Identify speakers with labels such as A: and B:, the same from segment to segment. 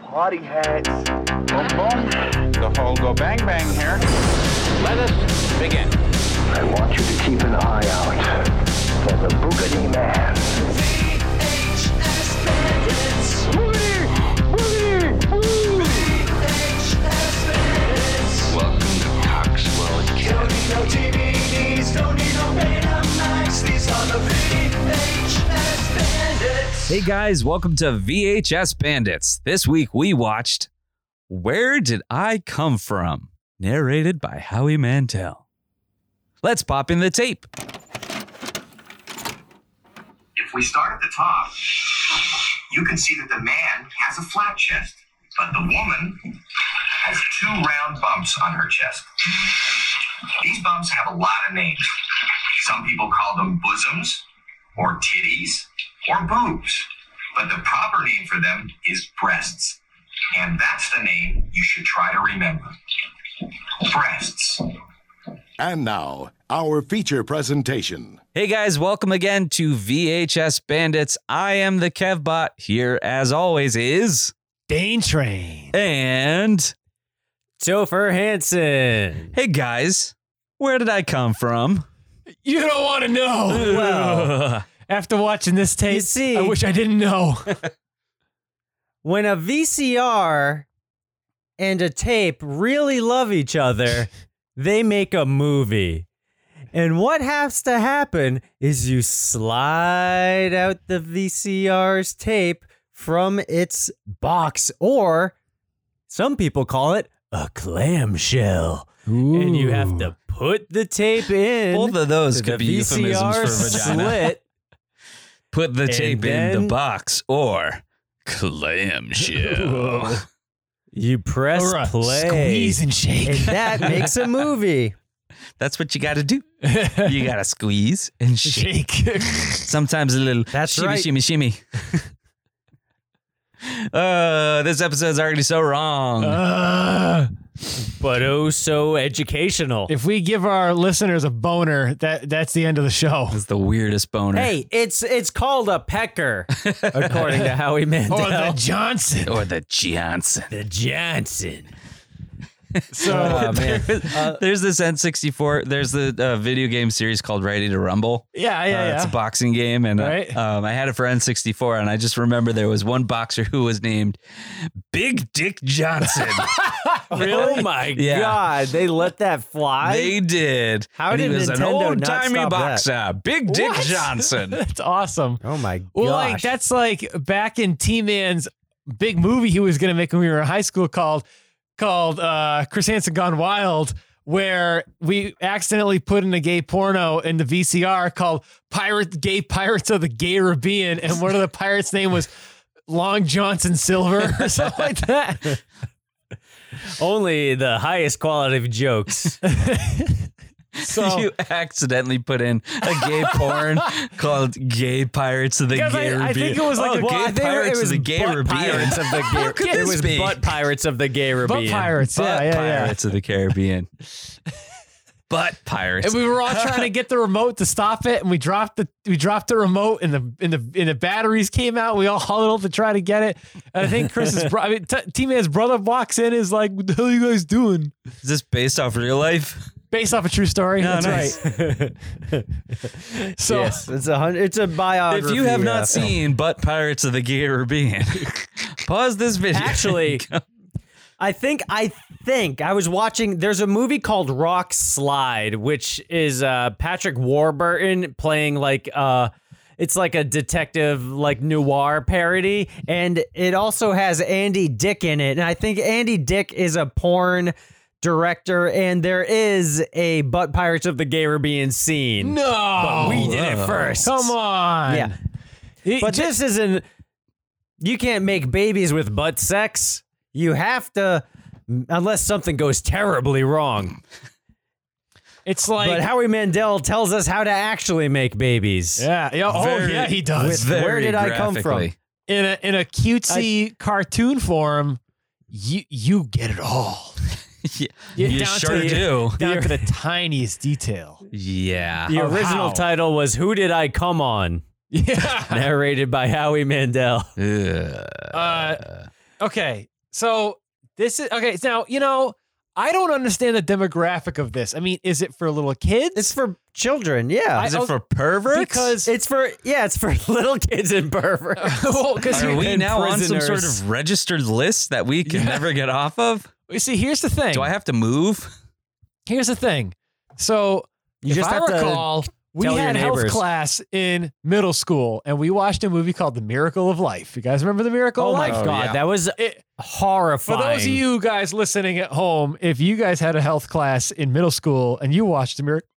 A: party hats.
B: Boom, boom. The whole go bang bang here. Let us begin.
A: I want you to keep an eye out for the Boogity Man.
C: Welcome to Coxwell County.
D: Hey guys, welcome to VHS Bandits. This week we watched Where Did I Come From? Narrated by Howie Mandel. Let's pop in the tape.
E: If we start at the top, you can see that the man has a flat chest, but the woman has two round bumps on her chest. These bumps have a lot of names. Some people call them bosoms, or titties, or boobs, but the proper name for them is breasts. And that's the name you should try to remember. Breasts.
F: And now, our feature presentation.
D: Hey guys, welcome again to VHS Bandits. I am the Kevbot. Here, as always, is
G: Dane Train.
D: and
G: Topher Hansen.
D: hey guys, where did I come from?
G: You don't want to know.
H: Well,
G: After watching this tape,
H: You see-
G: I wish I didn't know.
H: when a VCR and a tape really love each other, they make a movie. And what has to happen is you slide out the VCR's tape from its box, or some people call it a clamshell. And you have to put the tape in.
D: Both of those
H: to the
D: could be euphemisms
H: VCR
D: for vagina.
H: Slit.
D: Put the
H: And
D: tape in the
H: then-
D: box or clamshell.
H: You press
G: Or a
H: play.
G: Squeeze and shake.
H: and that makes a movie.
D: That's what you got to do. You got to squeeze and shake.
G: shake.
D: Sometimes a little
H: That's
D: shimmy,
H: right.
D: shimmy, shimmy. uh, this episode's already so wrong.
G: Uh,
H: But oh, so educational.
G: if we give our listeners a boner, that that's the end of the show.
D: That's the weirdest boner.
H: Hey, it's it's called a pecker, according to Howie Mandel.
G: Or the Johnson.
D: Or the Johnson.
H: the Johnson.
G: So
H: Um,
D: Oh, man.
H: uh,
D: there's this N64. There's the uh, video game series called Ready to Rumble.
G: yeah, yeah,
D: Uh,
G: yeah.
D: It's a boxing game, and uh,
G: Right.
D: um, I had it for N64, and I just remember there was one boxer who was named Big Dick Johnson.
H: Really? Oh my
D: Yeah.
H: god, they let that fly.
D: they did.
H: How
D: and he
H: did
D: was an
H: Nintendo not
D: old timey
H: stop that?
D: boxer, Big Dick
G: What?
D: Johnson.
G: that's awesome.
H: oh my gosh.
G: Well, like that's like back in T Man's big movie he was gonna make when we were in high school called called uh Chris Hansen Gone Wild, where we accidentally put in a gay porno in the VCR called Pirate Gay Pirates of the Gay Caribbean, and one of the pirates' name was Long Johnson Silver or something like that.
H: only the highest quality of jokes.
G: So
D: you accidentally put in a gay porn called "Gay Pirates of the Gay
G: Because I- I
D: Caribbean."
G: think it was like
D: oh,
G: a-
D: gay
G: well,
H: I think
D: pirates of the Gay
H: butt
D: Caribbean.
H: Pirates of the
D: How
H: Gay
D: could
H: It
D: this
H: was
D: be?
H: butt pirates of the Gay
G: Butt
H: Caribbean.
G: pirates, yeah,
D: Butt
G: yeah, yeah.
D: Pirates of the Caribbean. butt Pirates.
G: And we were all trying to get the remote to stop it, and we dropped the we dropped the remote, and the and the and the batteries came out. We all huddled to try to get it. And I think Chris's bro- I mean, t- T-Man's brother walks in, and is like, "What the hell are you guys doing?"
D: Is this based off real life?
G: Based off a true story.
D: No,
G: That's
D: nice.
G: right. So
H: yes, it's a hundred, it's a biography.
D: If you have
H: uh,
D: not seen Butt Pirates of the Caribbean, pause this video.
H: Actually, I think I think I was watching. There's a movie called Rock Slide, which is uh, Patrick Warburton playing like uh, it's like a detective like noir parody, and it also has Andy Dick in it. And I think Andy Dick is a porn director, and there is a Butt Pirates of the Caribbean scene.
G: no,
H: we did it first.
G: Come on.
H: Yeah, but this isn't. You can't make babies with butt sex. You have to, unless something goes terribly wrong.
G: it's like
H: but Howie Mandel tells us how to actually make babies.
G: yeah, yeah. Oh
D: Very-
G: yeah, he does
D: Very
H: where did I come from?
D: graphically.
G: in a in a cutesy cartoon form. You you get it all
D: You,
G: Yeah, down to
D: sure
G: the-
D: do.
G: down to the tiniest detail.
D: Yeah.
H: The
G: Oh,
H: original
G: how?
H: title was "Who Did I Come On,"
G: Yeah.
H: narrated by Howie Mandel.
D: Ugh.
G: Uh, okay. So this is okay. Now you know I don't understand the demographic of this. I mean, is it for little kids?
H: It's for children, yeah.
G: I-
D: Is it for perverts?
G: because
H: it's for yeah, it's for little kids and perverts.
G: well, 'cause
D: are
G: you-
D: we
H: and
D: now on some sort
H: prisoners.
D: of registered list that we can never get off of?
G: you see, here's the thing.
D: Do I have to move?
G: here's the thing. So
H: You
G: if
H: just
G: I
H: have to
G: recall, we
H: tell your
G: had health
H: neighbors.
G: class in middle school, and we watched a movie called The Miracle of Life. You guys remember The Miracle
H: oh
G: of
H: my
G: Life?
H: god,
D: yeah.
H: that was
G: It- for
H: horrifying.
G: those of you guys listening at home, if you guys had a health class in middle school and you watched the miracle,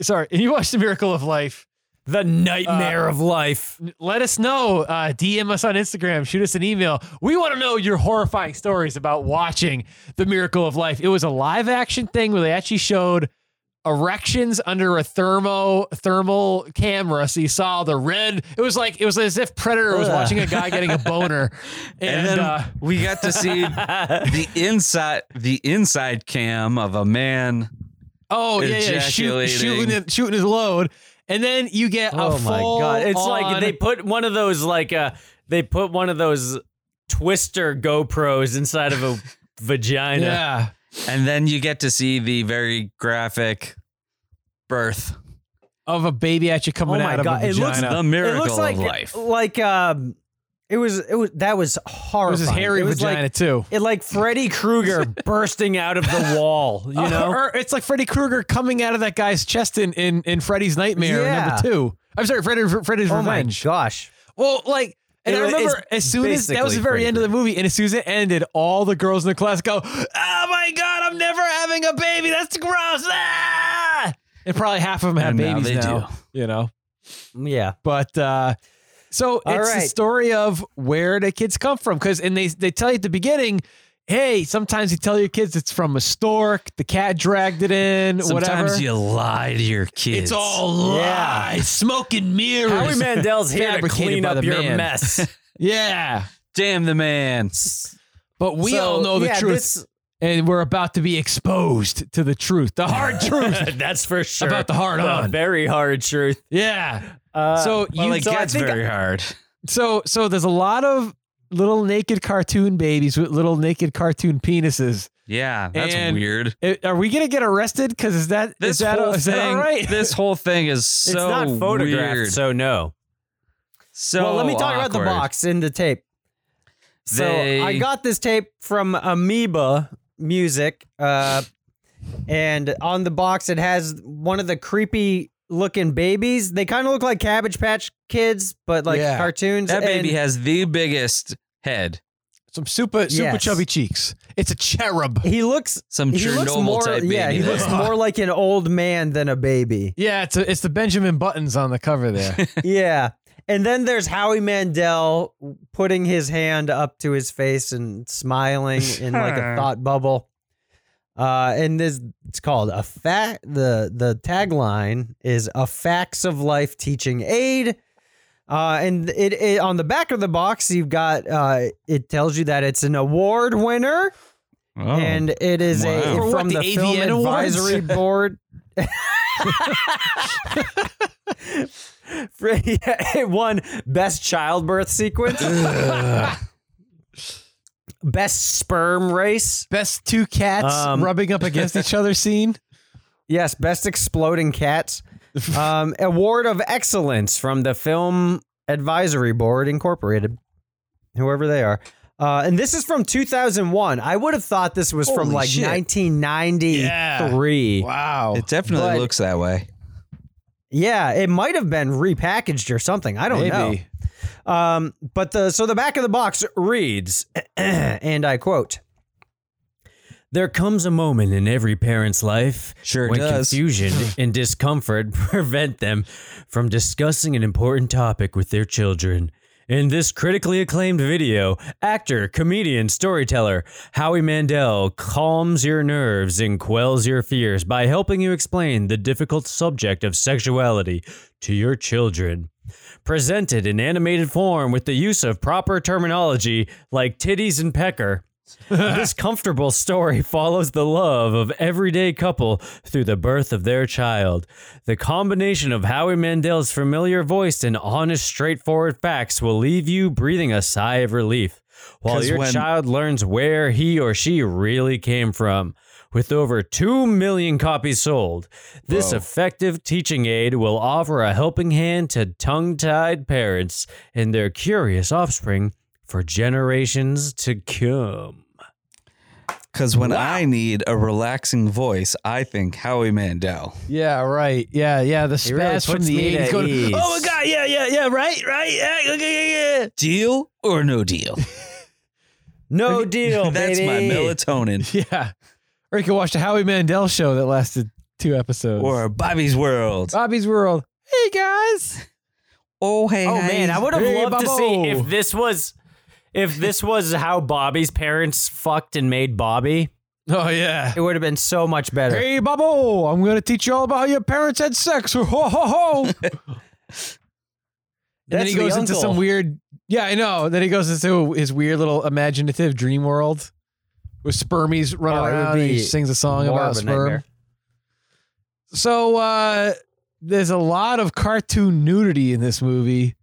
G: sorry, and you watched the Miracle of Life,
H: the nightmare
G: Uh,
H: of life.
G: n- let us know. Uh, DM us on Instagram, shoot us an email. We want to know your horrifying stories about watching the Miracle of Life. It was a live action thing where they actually showed erections under a thermo thermal camera, so you saw the red. It was like it was as if Predator was
H: Ugh.
G: watching a guy getting a boner,
D: And,
G: and,
D: then
G: uh,
D: we got to see the inside the inside cam of a man.
G: Oh yeah, yeah, shoot, shooting,
D: Ejaculating.
G: it- shooting his load, and then you get a
H: oh
G: full.
H: my god. It's
G: on-
H: like they put one of those like uh they put one of those twister GoPros inside of a vagina.
G: yeah,
D: And then you get to see the very graphic birth.
G: of a baby at you coming
H: Oh my
G: out of
H: God,
G: a
H: it looks
G: vagina.
D: The
H: It
D: miracle
H: looks like
D: of life.
H: like um it was it was that was
G: it
H: horrifying.
G: was his hairy
H: It was
G: vagina
H: Like,
G: too.
H: it like Freddy Krueger bursting out of the wall, you know?
G: Uh, or it's like Freddy Krueger coming out of that guy's chest in in, in Freddy's Nightmare
H: Yeah.
G: number two. I'm sorry, Freddy, Freddy's
H: oh my
G: Revenge.
H: gosh.
G: Well, like, and
H: It
G: I
H: wa-
G: remember
H: it's
G: as soon as that was the
H: basically
G: very end of the
H: Freddy
G: movie, and as soon as it ended, all the girls in the class go, "Oh my god, I'm never having a baby. That's gross." Ah! And probably half of them have
D: And now
G: babies
D: they
G: now. You know.
H: Yeah.
G: But uh, so
H: All
G: it's the
H: right.
G: story of where the kids come from because and they they tell you at the beginning, hey, sometimes you tell your kids it's from a stork, the cat dragged it in,
D: Sometimes
G: whatever.
D: you lie to your kids.
G: it's all lies, smoke and mirrors.
H: Howie Mandel's here to
G: fabricated
H: clean
G: by
H: up
G: the
H: your
G: man.
H: mess.
G: yeah,
D: damn the man.
G: but we
H: So,
G: all know the
H: yeah,
G: truth,
H: this-
G: and we're about to be exposed to the truth, the hard truth.
H: That's for sure.
G: About the hard on.
H: very hard truth.
G: Yeah.
H: Uh,
G: so
D: Well,
G: you
D: it
G: so I
D: gets
G: think-
D: very hard.
G: So so there's a lot of little naked cartoon babies with little naked cartoon penises.
D: Yeah, that's
G: And-
D: weird.
G: It- Eh, are we gonna get arrested? Because is that is
D: This
G: that,
D: whole
G: is
D: thing,
G: that all right?
D: this whole thing is so
H: it's not photographed,
D: weird.
H: so no.
D: So
H: well, let me talk about the
D: awkward.
H: box in the tape. So
D: They-
H: I got this tape from Amoeba Music, uh, and on the box it has one of the creepy looking babies. They kind of look like Cabbage Patch Kids, but like
G: Yeah.
H: cartoons.
D: That baby
H: and
D: has the biggest head.
G: Some super super
H: Yes.
G: chubby cheeks. It's a cherub.
H: he looks.
D: Some
H: He looks
D: Chernobyl
H: more,
D: type baby.
H: yeah. He
D: there.
H: looks more like an old man than a baby.
G: Yeah, it's a, it's the Benjamin Buttons on the cover there.
H: yeah. And then there's Howie Mandel putting his hand up to his face and smiling in like a thought bubble. Uh, and this it's called a fact. The the tagline is a facts of life teaching aid. Uh, and it, it on the back of the box you've got uh, it tells you that it's an award winner
D: Oh.
H: and it is a
D: Wow.
G: For
H: from
G: what,
H: the,
G: the
H: film
G: AVN Awards?
H: advisory board. For- yeah, it won best childbirth sequence, best sperm race,
G: Best two cats
H: Um,
G: rubbing up against each other scene.
H: yes, best exploding cats, um, award of excellence from the film advisory board incorporated, whoever they are. Uh, and this is from 2001. I would have thought this was from
G: Holy
H: like
G: shit.
H: 1993.
G: Wow.
D: It definitely
H: But-
D: looks that way.
H: Yeah, it might have been repackaged or something. I don't
G: Maybe.
H: know. Um, but the so the back of the box reads, and I quote. There comes a moment in every parent's life
D: Sure
H: when
D: does.
H: confusion and discomfort prevent them from discussing an important topic with their children. In this critically acclaimed video, actor, comedian, storyteller Howie Mandel calms your nerves and quells your fears by helping you explain the difficult subject of sexuality to your children. Presented in animated form with the use of proper terminology like titties and pecker, this comfortable story follows the love of everyday couple through the birth of their child. The combination of Howie Mandel's familiar voice and honest, straightforward facts will leave you breathing a sigh of relief. while
D: 'Cause
H: your
D: when-
H: child learns where he or she really came from. With over 2 million copies sold, this
D: Whoa.
H: effective teaching aid will offer a helping hand to tongue tied parents and their curious offspring for generations to come.
D: Because when I need a relaxing voice, I think Howie Mandel.
G: Yeah, right. Yeah, yeah. The
H: He really
G: spats from
H: puts
G: the
H: me to
G: eighties going.
H: ease.
G: Oh my god! Yeah, yeah, yeah. Right, right. Yeah, yeah, yeah, yeah.
D: Deal or no deal?
H: No deal,
D: That's my
H: Oh, baby.
D: melatonin.
G: Yeah. Or you could watch the Howie Mandel show that lasted two episodes.
D: Or Bobby's World.
G: Bobby's World. Hey guys.
D: Oh, hey.
H: Oh, Oh man, I would have
G: Hey,
H: loved to see
G: Bobo.
H: if this was if this was how Bobby's parents fucked and made Bobby.
G: Oh yeah.
H: It would have been so much better.
G: Hey Bobo, I'm gonna teach you all about how your parents had sex. Ho ho ho. and then
H: That's
G: he goes
H: the
G: into
H: uncle.
G: some weird Yeah, I know. Then he goes into his weird little imaginative dream world with spermies run
H: Oh, it would
G: around and he
H: be
G: sings a song
H: more
G: about
H: of a
G: sperm.
H: nightmare.
G: So uh there's a lot of cartoon nudity in this movie.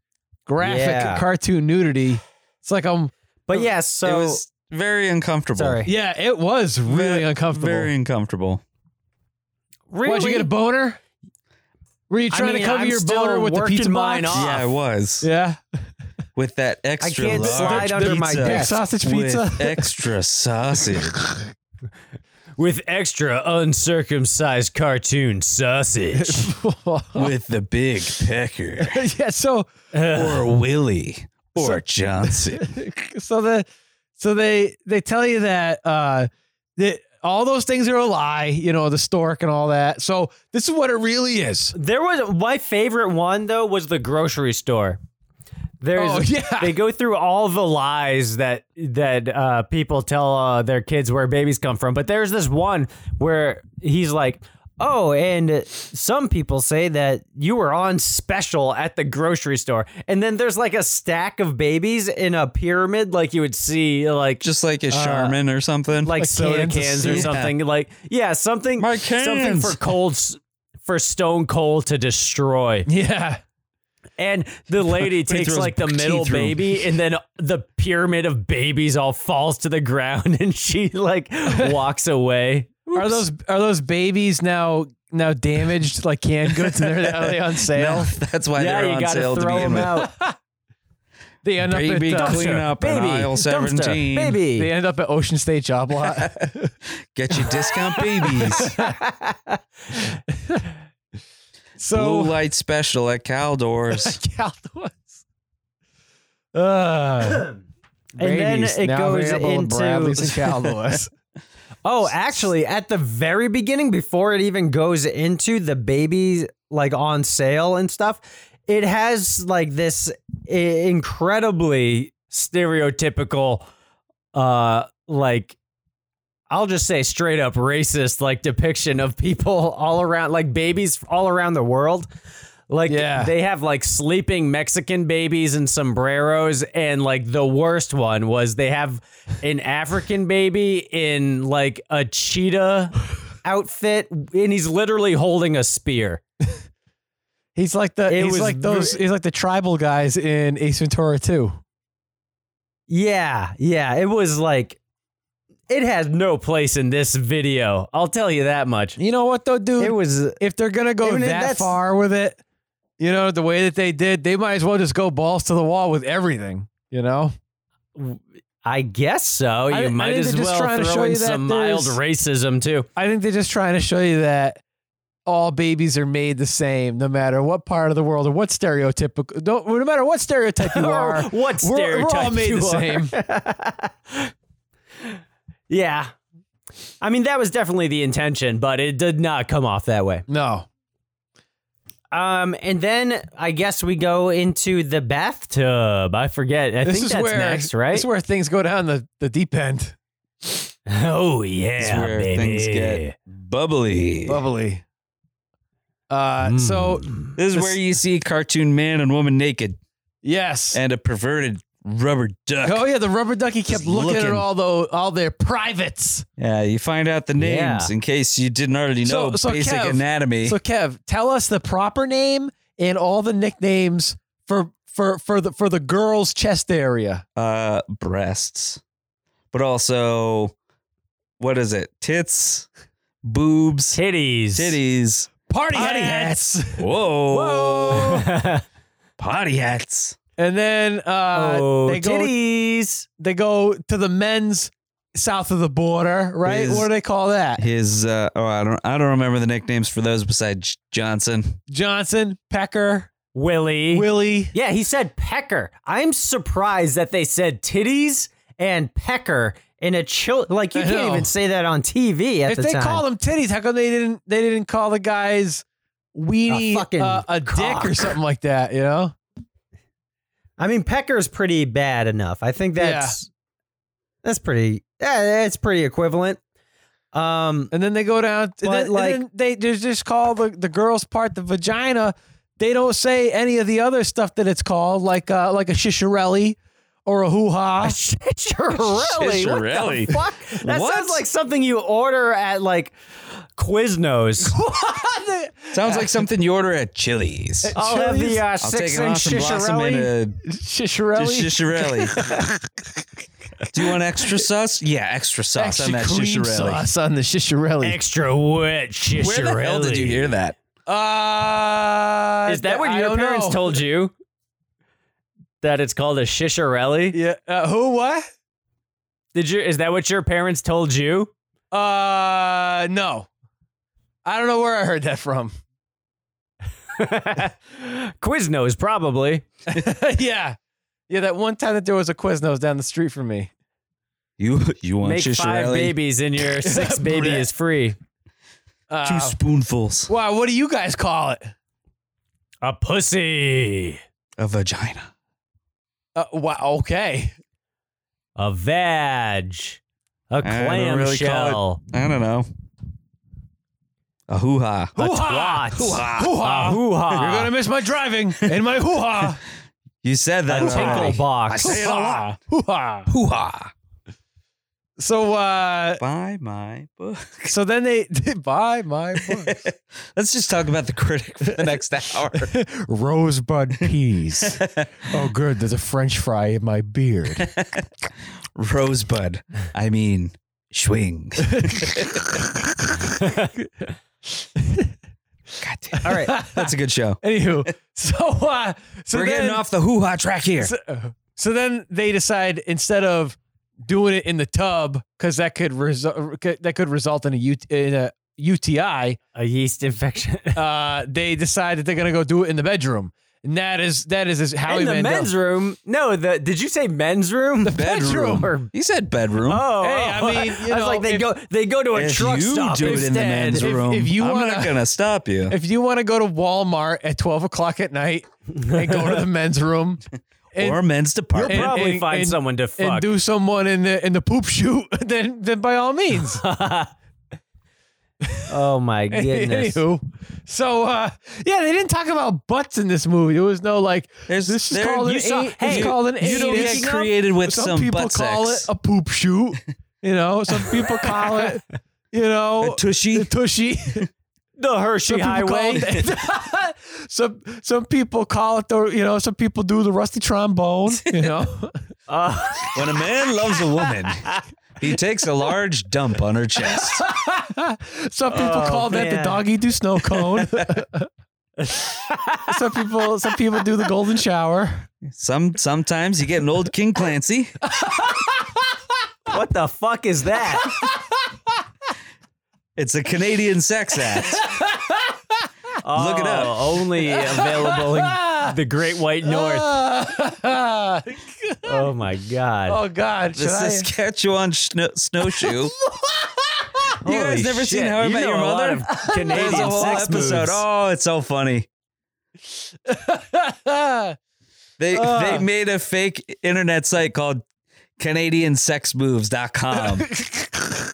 G: Graphic
H: Yeah.
G: cartoon nudity. It's like um, I'm
H: But yeah,
D: it
H: so
D: was very uncomfortable.
H: sorry.
G: yeah, it was really
D: Very-
G: uncomfortable.
D: Very uncomfortable.
H: Really?
G: Why'd you get a boner? Were you
H: I
G: trying
H: mean,
G: to cover
H: I'm
G: your
H: still
G: boner with the
H: working
G: pizza box?
H: mine off.
D: Yeah, I was.
G: Yeah.
D: With that extra
H: can't
D: large
H: slide under my
D: pizza
H: desk.
G: Big sausage
D: with
G: pizza.
D: extra sausage.
H: with extra uncircumcised cartoon sausage.
D: with the big pecker.
G: yeah. So
D: Or Willie. Or Johnson.
G: so the so they they tell you that uh that all those things are a lie, you know, the stork and all that. So this is what it really is.
H: there was my favorite one though was the grocery store. There's
G: Oh, yeah.
H: they go through all the lies that that uh, people tell uh, their kids where babies come from, but there's this one where he's like, "Oh, and some people say that you were on special at the grocery store." And then there's like a stack of babies in a pyramid like you would see like
D: Just like a Charmin or something.
H: Uh, like,
G: Like
H: soda
G: cans.
H: cans or
D: Yeah.
H: something. Like yeah, something
D: My
H: something
D: cans.
H: for cold s- for Stone Cold to destroy.
G: Yeah.
H: And the lady takes
D: throws
H: like the
D: teeth
H: middle
D: through 'em.
H: baby, and then the pyramid of babies all falls to the ground, and she like walks away.
G: Are those are those babies now now damaged like canned goods and they're are they on sale?
D: No, that's why
H: yeah,
D: they're
H: you
D: on
H: gotta
D: sale to
H: throw
D: begin
H: them
D: with.
H: out.
G: They end
D: Baby
G: up at uh,
D: clean up in
H: baby,
D: aisle
H: dumpster,
D: 17.
H: baby.
G: They end up at Ocean State Job Lot.
D: Get your discount babies.
G: So
D: Blue light special at Caldor's.
G: Caldois. Uh,
H: And then
G: Brady's
H: it
G: now
H: goes
G: available at
H: into-
G: Bradley's and Caldois.
H: Oh, actually, at the very beginning, before it even goes into the baby like on sale and stuff, it has like this i- incredibly stereotypical, uh, like I'll just say straight up racist like depiction of people all around, like babies all around the world. Like
G: Yeah.
H: they have like sleeping Mexican babies and sombreros, and like the worst one was they have an African baby in like a cheetah outfit, and he's literally holding a spear.
G: he's like the
H: It
G: he's
H: was
G: like those
H: ve-
G: he's like the tribal guys in Ace Ventura 2.
H: Yeah, yeah, it was like it has no place in this video. I'll tell you that much.
G: You know what though, dude?
H: It was
G: if they're gonna go
H: Even if
G: that
H: that's-
G: far with it, you know the way that they did, they might as well just go balls to the wall with everything. You know,
H: I guess so. You
G: I- I
H: might
G: think
H: as
G: they're just
H: well
G: trying to
H: throw
G: show
H: in
G: you that
H: some mild
G: there's-
H: racism too.
G: I think they're just trying to show you that all babies are made the same, no matter what part of the world or what stereotypical. Don't, no matter what stereotype you
H: Or
G: are,
H: what
G: we're-
H: stereotype
G: we're all made
H: you
G: the
H: are.
G: same.
H: Yeah. I mean, that was definitely the intention, but it did not come off that way.
G: No,
H: Um, and then I guess we go into the bathtub. I forget. I think that's next, right?
G: This is where things go down the, the deep end.
H: oh
D: It's
H: yeah,
D: where
H: baby.
D: things get bubbly.
G: Bubbly. Uh, So
H: Mm.
D: This is where you see cartoon man and woman naked
G: yes.
D: and a perverted rubber duck.
G: oh yeah, the rubber ducky kept
D: Just
G: looking, at
D: looking.
G: all the all their privates.
D: Yeah, you find out the names
H: Yeah.
D: in case you didn't already
G: So-
D: know
G: so
D: basic
G: Kev-
H: Eh.
D: anatomy.
G: So Kev, tell us the proper name and all the nicknames for for for the for the girl's chest area.
D: uh breasts but also what is it tits boobs
H: Titties.
D: titties
G: Party,
D: Party
G: hats.
D: whoa
G: Whoa.
D: potty hats
G: and then uh,
H: oh,
G: they go
H: titties.
G: they go to the men's south of the border, right?
D: Is-
G: what do they call that?
D: his uh oh i don't i don't remember the nicknames for those besides johnson
G: Johnson, Pecker,
H: Willie.
G: Willie.
H: yeah, he said pecker. I'm surprised that they said titties and pecker in a chill. Like you
G: I
H: can't
G: know.
H: even say that on TV at
G: if
H: the
G: they
H: time.
G: call them titties, how come they didn't they didn't call the guys weenie
H: A
G: uh,
H: fucking
G: a, dick or
H: cock.
G: something like that? You know,
H: I mean, pecker's pretty bad enough. I think that's that's pretty. Yeah, that's pretty equivalent. Um,
G: and then they go down. and
H: But,
G: then- and
H: like-
G: then they just just call the the girls part the vagina. They don't say any of the other stuff that it's called, like uh, like a shishirelli or a hoo ha.
H: Chicharelli. What
D: Chicharelli.
H: the fuck? That
D: What?
H: sounds like something you order at like Quiznos.
D: sounds like something you order at chili's
G: Eh,
H: I'll have the uh,
D: i'll
H: six
D: take an
H: inch
D: awesome blossom and
H: chicharelli.
D: a
G: Shishirelli.
D: chicharelli do you want extra sauce yeah extra sauce on
G: Extra
D: that
G: cream
D: chicharelli
G: sauce on the shishirelli.
H: Extra wet chicharelli.
D: where the hell did you hear that
G: Uh,
H: Is that what
G: I
H: your
G: don't
H: parents
G: know.
H: told you? That it's called a shishirelli?
G: Yeah. Uh, who? What?
H: Did you? Is that what your parents told you?
G: Uh, no. I don't know where I heard that from.
H: Quiznos, probably.
G: yeah. Yeah, that one time that there was a Quiznos down the street from me.
D: you you want
H: Make five
D: chicharelli?
H: babies and your sixth baby is free.
G: Uh,
D: two spoonfuls
G: wow, what do you guys call it?
H: A pussy.
D: a vagina.
G: Uh, wow, okay.
H: A vag. A
D: don't really call
H: clamshell.
D: I don't know. A hoo ha.
H: A
G: Hoo-ha.
H: twat.
G: Hoo-ha.
H: A hoo-ha.
G: You're going to miss my driving and my hoo ha.
D: You said that.
H: a tinkle
D: already.
H: box.
G: Hoo ha. Hoo ha.
D: Hoo ha.
G: So, uh,
D: Buy my book.
G: so then they, they buy my book.
D: Let's just talk about the critic for the next hour.
G: Rosebud peas. oh, good. There's a french fry in my beard.
D: Rosebud. I mean, swing. God damn.
H: All right.
D: That's a good show.
G: Anywho, so uh, so
D: We're
G: then,
D: getting off the hoo ha track here.
G: So, so then they decide instead of doing it in the tub because that could result that could result in a, U- in a UTI.
H: A yeast infection.
G: Uh, they decide that they're gonna go do it in the bedroom, and that is that is is Howie
H: in the
G: Mandel.
H: men's room. No, the did you say men's room? The
D: Bedroom. You said bedroom.
H: Oh,
G: Hey,
H: oh.
G: I mean, you
H: I was
G: know,
H: like they
G: if-
H: go they go to a
D: if
H: truck
D: you
H: stop
D: do it in the
H: instead.
D: men's
G: If-
D: room,
G: if you
D: I'm
G: wanna-
D: not gonna stop you.
G: If you want to go to Walmart at twelve o'clock at night and go to the men's room, and,
D: or men's department.
H: You'll
G: and-
H: probably
G: and-
H: find
G: and-
H: someone to
G: and
H: fuck.
G: do someone in the in the poop shoot, then then by all means.
H: oh my goodness.
G: Anywho, so uh, yeah, they didn't talk about butts in this movie. There was no like.
D: There's-
G: this is
D: there-
G: called an
D: you saw-
G: eight.
H: hey,
G: it's called an
D: you don't
G: anus.
D: get created with
G: some,
D: some
G: people
D: butt
G: call
D: sex.
G: it a poop shoot. You know, some people call it. You know,
D: A tushy?
G: a tushy.
H: The Hershey
G: Some people call
H: Highway.
G: it- some some people call it the. You know, some people do the rusty trombone. You know,
H: Uh,
D: When a man loves a woman, he takes a large dump on her chest.
G: some people call that the
H: man.
G: doggy do snow cone. some people some people do the golden shower.
D: Some sometimes you get an old King Clancy.
H: what the fuck is that?
D: It's a Canadian sex act. Look it up.
H: Oh, Only available in the Great White North. Oh my god.
G: Oh God!
D: The
G: should I-
D: Saskatchewan snow- snowshoe. you
H: Holy
D: guys never seen
H: shit.
D: How I
H: You
D: Met
H: know
D: Your
H: a lot
D: Mother?
H: of
D: There's
H: Canadian
D: a whole
H: sex
D: episode.
H: moves.
D: Oh, it's so funny. They they made a fake internet site called CanadianSexMoves.com.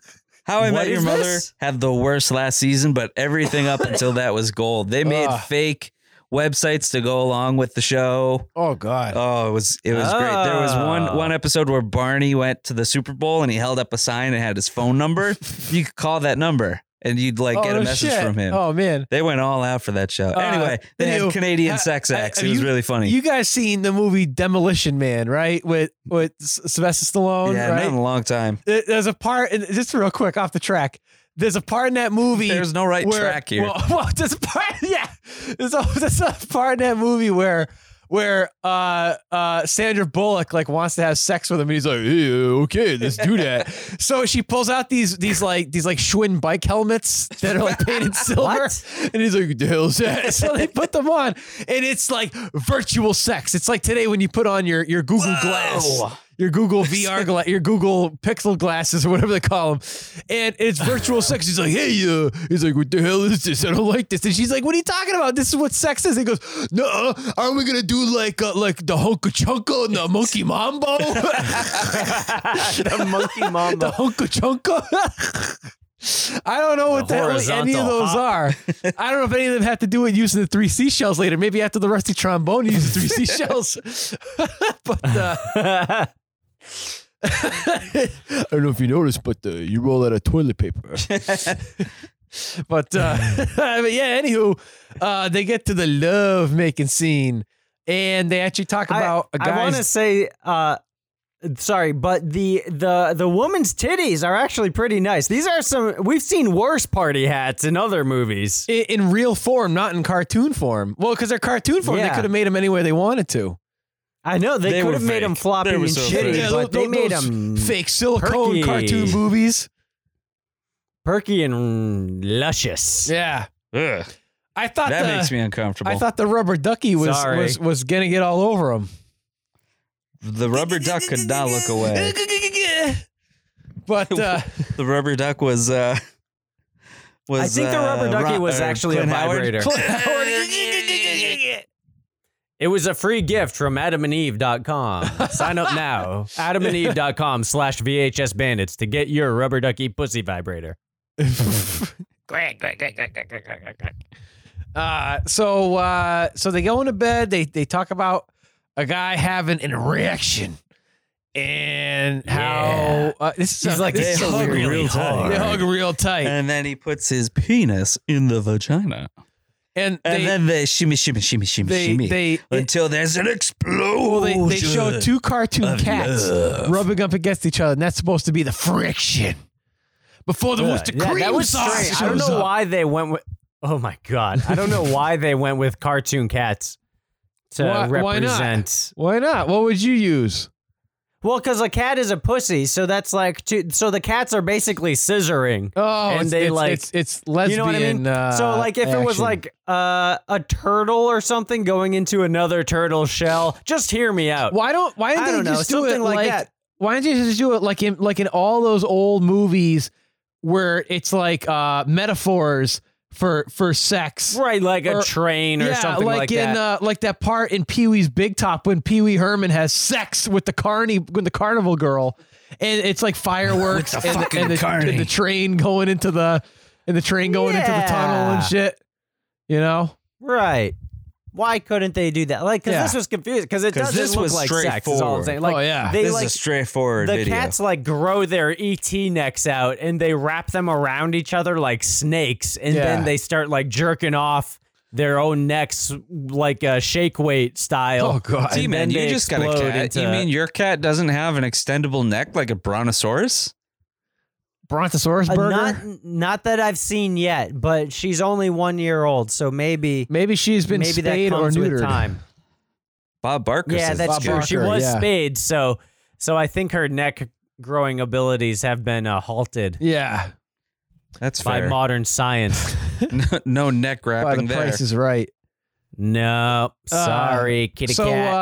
D: How I
H: What
D: Met Your
H: is
D: Mother
H: this?
D: had the worst last season, but everything up until that was gold. They made
G: Ugh.
D: fake websites to go along with the show.
G: oh God!
D: Oh, it was it was great. There was
H: Ah.
D: one one episode where Barney went to the Super Bowl and he held up a sign and had his phone number. you could call that number. and you'd like
G: oh,
D: get a
G: no
D: message
G: shit.
D: from him.
G: Oh man.
D: They went all out for that show.
G: Uh,
D: anyway, they
G: ew.
D: had Canadian
G: Ha-
D: sex
G: I-
D: acts.
G: have
D: it was
G: you-
D: really funny.
G: You guys seen the movie Demolition Man, right? With with S- Sylvester Stallone,
D: yeah,
G: right?
D: not in a long time.
G: There- There's a part, and just real quick off the track. There's a part in that movie.
D: There's no right
G: where-
D: track here.
G: Well, well there's a part, yeah. There's a, there's a part in that movie where where uh uh Sandra Bullock like wants to have sex with him. And he's like, "Eh, okay, let's do that. so she pulls out these these like these like Schwinn bike helmets that are like painted silver.
H: What?
G: And he's like, the hell's that? So they put them on. And it's like virtual sex. It's like today when you put on your your Google Glass. Your Google VR, gla- your Google Pixel glasses, or whatever they call them, and it's virtual sex. He's like, "Hey, uh," he's like, "What the hell is this? I don't like this." And she's like, "What are you talking about? This is what sex is." He goes, "No, aren't we gonna do like uh, like the hunka chunka and the monkey mambo,
H: the monkey
G: the
H: mama.
G: hunka chunka?" I don't know what the hell any
H: horizontal
G: of those
H: hop.
G: are. I don't know if any of them have to do with using the three seashells later. Maybe after the rusty trombone, you use the three seashells. but uh, I don't know if you noticed, but uh, you roll out of toilet paper. but, uh, but yeah, anywho, uh, they get to the love making scene, and they actually talk about a
H: I want to
G: guy's.
H: say, uh, sorry, but the the the woman's titties are actually pretty nice. These are some we've seen worse party hats in other movies.
G: i- in real form, not in cartoon form. Well, because they're cartoon form, they
H: Yeah.
G: could have made them any way they wanted to.
H: I know they,
D: They
H: could
D: were
H: have made them
D: fake.
H: floppy
D: They were
H: and
D: so
H: shitty,
D: fake.
G: Yeah,
H: but
G: tho-
H: they made
G: those
H: them
G: fake silicone
H: perky.
G: cartoon boobies.
H: perky and luscious.
G: Yeah,
D: Ugh,
G: I thought
D: that
G: the,
D: makes me uncomfortable.
G: I thought the rubber ducky was
H: Sorry.
G: was was gonna get all over him.
D: the rubber duck could not look away.
G: But uh,
D: The rubber duck was. Uh, was
H: I think the rubber
D: uh,
H: ducky
D: Ron-
H: was
D: or
H: actually
D: Clint
H: a
D: Howard.
H: vibrator. It was a free gift from adamandeve.com. Sign up now. adamandeve.com slash VHS bandits to get your rubber ducky pussy vibrator.
G: uh, so uh, so they go into bed. They they talk about a guy having an erection and
H: Yeah.
G: how uh, this is
H: He's like,
G: this
D: They
G: is
H: so
D: hug
H: really
D: real
G: They
D: tight.
G: hug real tight, and,
D: And then he puts his penis in the vagina. And
G: they,
D: then they shimmy, shimmy, shimmy, shimmy,
G: they
D: shimmy.
G: they
D: until there's an explosion.
G: Well, they, they show two cartoon
D: of
G: cats
D: love.
G: rubbing up against each other, and that's supposed to be the friction. Before the Worcester
H: Uh, Yeah,
G: cream
H: that was
G: sauce
H: strange.
G: shows
H: I don't know
G: up.
H: why they went with. Oh my god! I don't know why they went with cartoon cats to
G: Why- why not?
H: represent.
G: Why not? What would you use?
H: Well, because a cat is a pussy, so that's like two. So the cats are basically scissoring.
G: Oh,
H: And
G: it's,
H: they,
G: it's,
H: like-
G: it's, it's lesbian.
H: you know what I mean?
G: uh,
H: so like if it was
G: action.
H: like uh, a turtle or something going into another turtle shell, just hear me out.
G: why don't why didn't
H: I don't
G: they
H: know,
G: just do
H: something
G: it
H: like
G: like,
H: that.
G: why didn't you just do it like in like in all those old movies where it's like uh metaphors for for sex?
H: Right, like a
G: Or-
H: train or something like,
G: in
H: that.
G: Uh, like that part in Pee Wee's Big Top when Pee Wee Herman has sex with the carny with the carnival girl, and it's like fireworks and, the, and, the, and the train going into the and the train going into the tunnel and
H: Yeah.
G: shit. You know,
H: right. Why couldn't they do that? Like, because
G: Yeah.
H: this was confusing. Because it
D: 'Cause
H: doesn't
D: this
H: look
D: was
H: like sex. Is all I'm
D: straightforward.
H: saying. Like,
G: Oh, yeah.
H: they
D: This
H: like
D: is a straightforward
H: the
D: video.
H: cats like grow their ET necks out and they wrap them around each other like snakes, and
G: Yeah.
H: then they start like jerking off their own necks like a shake weight style.
G: Oh, God.
H: And
D: T-Man,
H: then
D: you
H: they
D: just got a
H: explode
D: cat.
H: into-
D: You mean your cat doesn't have an extendable neck like a brontosaurus?
G: Brontosaurus
H: Uh,
G: Oh, burger.
H: not not that I've seen yet, but she's only one year old, so maybe
G: Maybe she's been
H: maybe that
G: spayed or
H: comes
G: neutered.
H: with time.
D: Bob Barker
H: Yeah,
D: says
H: that's
G: Bob
H: true. she
G: Barker,
H: was
G: yeah.
H: spayed, so so I think her neck growing abilities have been uh, halted
G: Yeah,
D: that's
H: by
D: fair.
H: modern science.
D: no, no neck
G: by the
D: wrapping there.
G: Price is Right.
H: no,
G: Uh,
H: sorry, kitty
G: so
H: cat.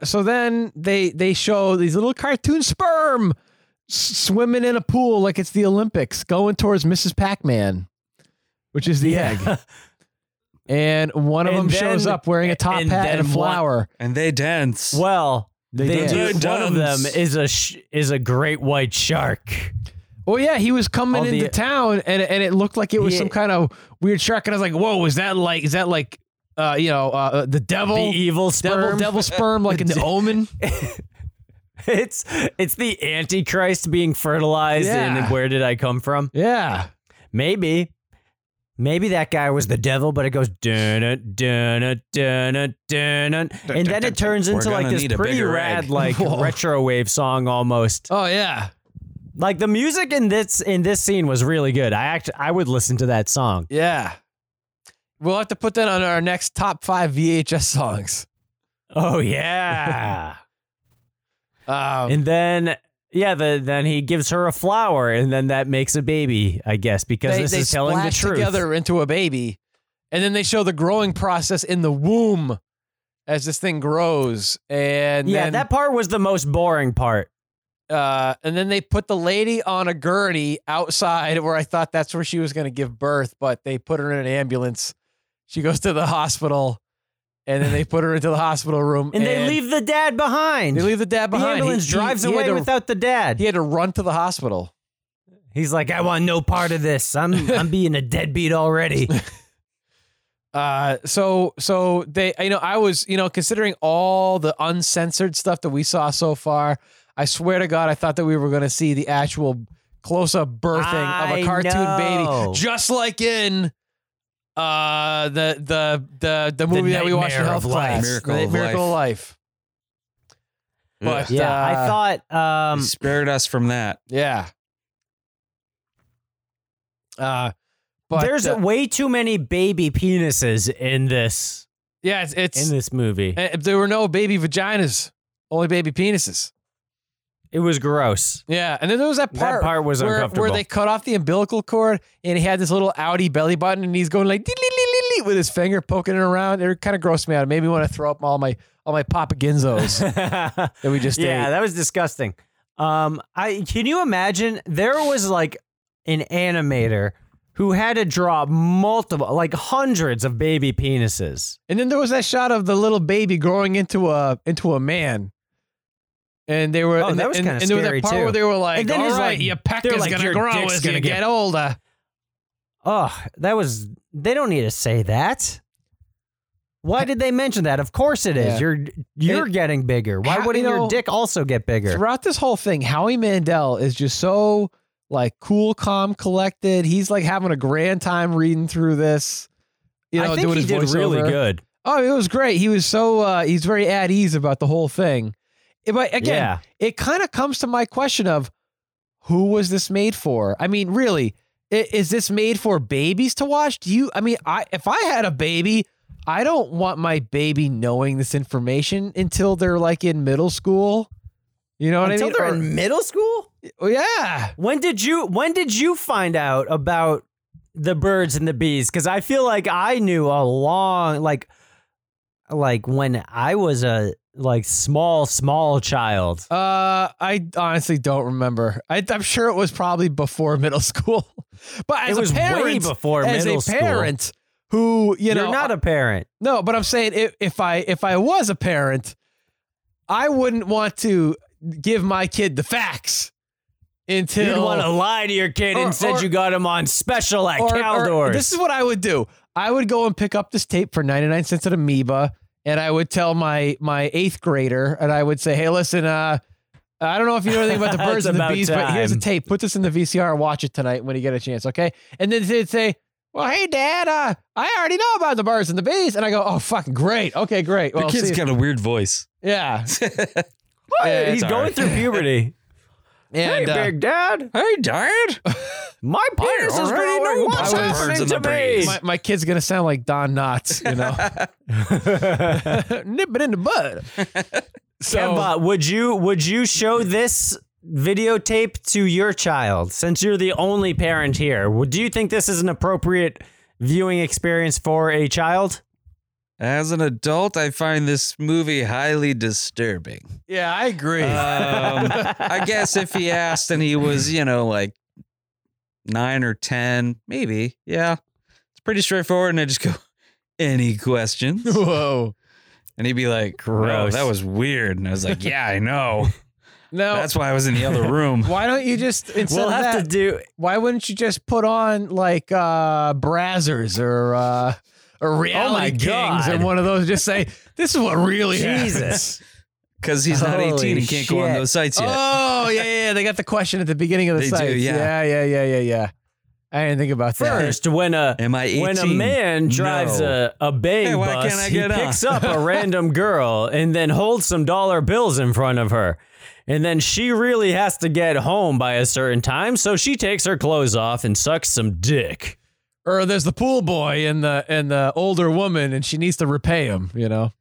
G: uh, so then they they show these little cartoon sperm s- swimming in a pool like it's the Olympics, going towards Mrs. Pac-Man, which is the egg. and one of
H: And
G: them shows
H: then-
G: up wearing a top
H: and
G: hat and a
H: then one-
G: flower.
D: and they dance.
H: Well,
G: They
H: they,
G: did.
H: do.
D: They
H: One of them
D: dance.
H: is a sh- is a great white shark.
G: Oh yeah, he was coming
H: All
G: into
H: the-
G: town, and and it looked like it was
H: He-
G: some kind of weird shark, and I was like, whoa, is that like is that like uh you know uh the devil
H: the
G: devil
H: evil sperm.
G: devil sperm like in the Omen?
H: It's it's the Antichrist being fertilized.
G: Yeah.
H: And where did I come from?
G: Yeah.
H: Maybe Maybe that guy was the devil, but it goes dun dun dun dun and then it turns
D: We're
H: into like
D: gonna
H: this
D: need a
H: pretty
D: bigger
H: rad
D: egg.
H: like retro wave song almost.
G: Oh yeah.
H: Like the music in this in this scene was really good. I act I would listen to that song.
G: Yeah. We'll have to put that on our next top five VHS songs.
H: Oh yeah.
G: Um,
H: and then yeah, the, then he gives her a flower and then that makes a baby, I guess, because
G: they
H: this
G: they
H: is telling the
G: splash
H: truth.
G: together into a baby, and then they show the growing process in the womb as this thing grows. And
H: yeah,
G: then,
H: that part was the most boring part.
G: uh, and then they put the lady on a gurney outside where I thought that's where she was going to give birth, but they put her in an ambulance. She goes to the hospital, and then they put her into the hospital room,
H: And, they leave the dad behind.
G: They leave the dad
H: the
G: behind.
H: ambulance drives
G: he had
H: away
G: to-
H: without the dad.
G: He had to run to the hospital.
H: He's like, I want no part of this. I'm I'm being a deadbeat already.
G: Uh, so so they, you know, I was, you know, considering all the uncensored stuff that we saw so far, I swear to God, I thought that we were going to see the actual close-up birthing of
H: I
G: a cartoon
H: know.
G: baby, just like in uh the the the the movie that we watched in
H: Nightmare
G: health
H: of
G: class,
H: Life.
D: Miracle
G: The
D: of
G: Miracle Life. But
H: yeah,
G: uh,
H: I thought
D: He
H: um
D: spared us from that.
G: yeah. Uh, but
H: there's
G: uh,
H: way too many baby penises in this
G: yeah, it's, it's
H: in this movie.
G: Uh, There were no baby vaginas, only baby penises.
H: It was gross.
G: Yeah, and then there was that
H: That
G: part,
H: part was
G: where,
H: uncomfortable.
G: where they cut off the umbilical cord, and he had this little outie belly button, and he's going like "Dee-lee-lee-lee-lee" with his finger poking it around. It kind of grossed me out. It made me want to throw up all my all my Papa Ginzos
H: yeah,
G: that we just ate.
H: that was disgusting. Um I can you imagine there was like an animator who had to draw multiple like hundreds of baby penises.
G: and then there was that shot of the little baby growing into a into a man. And they were,
H: Oh,
G: and,
H: that was
G: and-
H: kinda
G: and there was
H: scary,
G: that part
H: too.
G: where they were like,
H: And then
G: "All
H: his,
G: right,
H: like,
G: your peck
H: they're
G: is
H: like,
G: gonna
H: "Your
G: grow
H: dick's
G: as
H: gonna
G: you
H: get-
G: get older."
H: Oh, that was they don't need to say that. Why did they mention that? Of course it is.
G: Yeah.
H: You're you're
G: It-
H: getting bigger. Why
G: How-
H: wouldn't
G: you know,
H: your dick also get bigger?
G: Throughout this whole thing, Howie Mandel is just so like cool, calm, collected. He's like having a grand time reading through this. You know,
H: I think
G: doing
H: he
G: his
H: did
G: voiceover.
H: really good.
G: Oh, it was great. He was so uh, he's very at ease about the whole thing. Eh, But again,
H: yeah.
G: it kind of comes to my question of who was this made for? I mean, really, i- is this made for babies to watch? Do you? I mean, I if I had a baby, I don't want my baby knowing this information until they're like in middle school. You know what
H: Until
G: I mean?
H: they're
G: Or-
H: in middle school?
G: Oh, yeah.
H: When did you when did you find out about the birds and the bees? Because I feel like I knew a long like like when I was a like small, small child.
G: Uh, I honestly don't remember. I, I'm sure it was probably before middle school, but as
H: it was
G: a parent,
H: way before
G: as
H: middle
G: a parent who you
H: school.
G: know
H: You're not a parent.
G: No, but I'm saying if, if I if I was a parent, I wouldn't want to give my kid the facts until
H: You'd want to lie to your kid
G: Or-
H: and said
G: or-
H: you got him on special at
G: or- or-
H: Caldors.
G: This is what I would do. I would go and pick up this tape for 99 cents at Amoeba, and I would tell my my eighth grader, and I would say, "Hey, listen, uh, I don't know if you know anything about the
H: It's
G: birds and the
H: about
G: bees, but here's a
H: time."
G: tape. Put this in the VCR and watch it tonight when you get a chance, okay?" And then they'd say. Well, hey, Dad. Uh, I already know about the birds and the bees, and I go, "Oh, fucking great! Okay, great. Well,
D: the kid's
G: see-
D: got a weird voice.
G: yeah,
H: Hey,
G: it's
H: He's going
D: alright.
H: through puberty.
G: And uh,
H: Dad,
D: Hey, Dad.
H: my penis is
D: already know
H: growing.
G: about
H: What's
G: the
D: birds
H: happening
D: and
H: to
D: the
H: me?
D: bees.
G: my, my kid's gonna sound like Don Knotts, you know, nip it in the bud. So
H: Kemba, would you would you show this videotape to your child since you're the only parent here? Would do you think this is an appropriate viewing experience for a child?
D: As an adult, I find this movie highly disturbing.
G: yeah, I agree.
D: Um, I guess if he asked and he was, you know, like nine or 10, maybe. Yeah. It's pretty straightforward. And I just go, any questions?
G: Whoa,
D: And he'd be like,
H: Gross.
D: gross. that was weird. And I was like, yeah, I know.
G: no.
D: That's why I was in the other room.
G: why don't you just instead
H: we'll
G: of
H: have
G: that?
H: to do
G: why wouldn't you just put on like uh Brazzers or uh or
H: my
G: Reality Kings
H: God.
G: or one of those? Just say this is what really happened."
H: Jesus.
D: Because he's not 18
H: Holy
D: and can't go on
H: shit.
D: those sites yet.
G: Oh yeah, yeah, yeah. They got the question at the beginning of the
D: They do,
G: site.
D: yeah.
G: yeah, yeah, yeah, yeah, yeah. I didn't think about that.
I: First, when a
D: Am I
I: when a
D: 18?
I: man drives
D: No.
I: a, a bang
D: Hey, why
I: bus,
D: can't I
I: he
D: get on?
I: picks up a random girl and then holds some dollar bills in front of her. And then she really has to get home by a certain time, so she takes her clothes off and sucks some dick.
G: Or there's the pool boy and the and the older woman, and she needs to repay him. You know,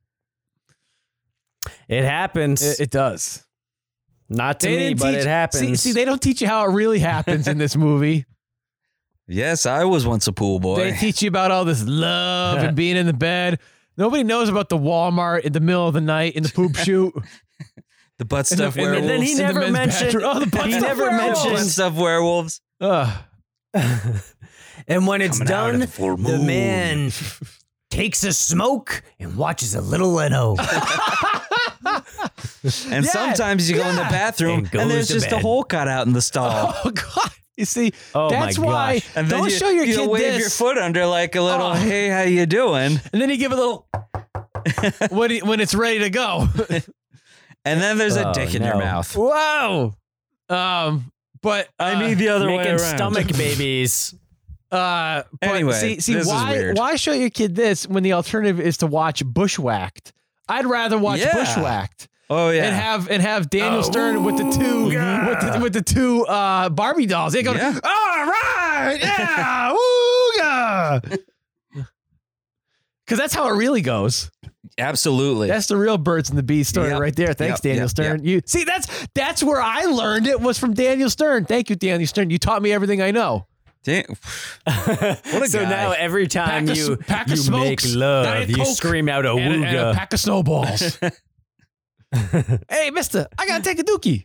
I: It happens.
G: it, it does.
I: Not to
G: They
I: me,
G: didn't
I: but
G: teach-
I: it happens.
G: See, see, they don't teach you how it really happens in this movie.
D: Yes, I was once a pool
G: They
D: boy.
G: teach you about all this love and being in the bed. Nobody knows about the Walmart in the middle of the night in the poop shoot.
D: The butt stuff
G: and
I: and
D: werewolves.
I: then he
G: in the
I: never
G: men's
I: mentioned.
G: bathroom. Oh, the butt
I: he
G: stuff
I: never
G: werewolves.
D: butt
I: mentions.
D: stuff werewolves.
G: Ugh.
I: And when it's
D: Coming out at
I: done,
D: the full
I: the
D: moon.
I: man takes a smoke and watches a little Leno.
D: And
G: Yeah,
D: sometimes you go in the
G: yeah.
D: bathroom
I: And
D: and,
I: goes
D: there's
I: to
D: just
I: bed.
D: a hole cut out in the stall.
G: Oh God! You see,
I: Oh, my
G: that's why.
I: gosh.
D: And
G: don't
D: then you,
G: show your
D: you
G: kid
D: wave
G: this.
D: your foot under like a little,
G: Oh.
D: hey, how you doing?
G: And then you give a little when, he- when it's ready to go.
D: And then there's a
I: Oh,
D: dick in your
I: no.
D: mouth.
G: Wow. Um, but uh,
D: the other
I: making stomach babies.
G: uh, but
D: Anyway,
G: see, see
D: this is
G: why
D: weird.
G: why show your kid this when the alternative is to watch Bushwhacked? I'd rather watch
D: Yeah.
G: Bushwhacked
D: Oh yeah. Oh. Mm-hmm.
G: and have and have Daniel Stern with the two with, the, with the two uh, Barbie dolls. They go,
D: Yeah.
G: all right, yeah, because that's how it really goes.
D: Absolutely.
G: That's the real birds and the bees story
D: Yep.
G: right there. Thanks,
D: Yep,
G: Daniel
D: yep,
G: Stern. You see, that's that's where I learned it was from Daniel Stern. Thank you, Daniel Stern. You taught me everything I know.
D: Dang-
I: What
D: a
I: so
D: guy.
I: now every time
G: of
I: you
G: s- pack of
I: you make
G: smokes,
I: love,
G: Diet
I: you
G: Coke,
I: scream out
G: And a, and a
I: "Awooga!"
G: pack of snowballs. hey, Mister, I gotta take a dookie.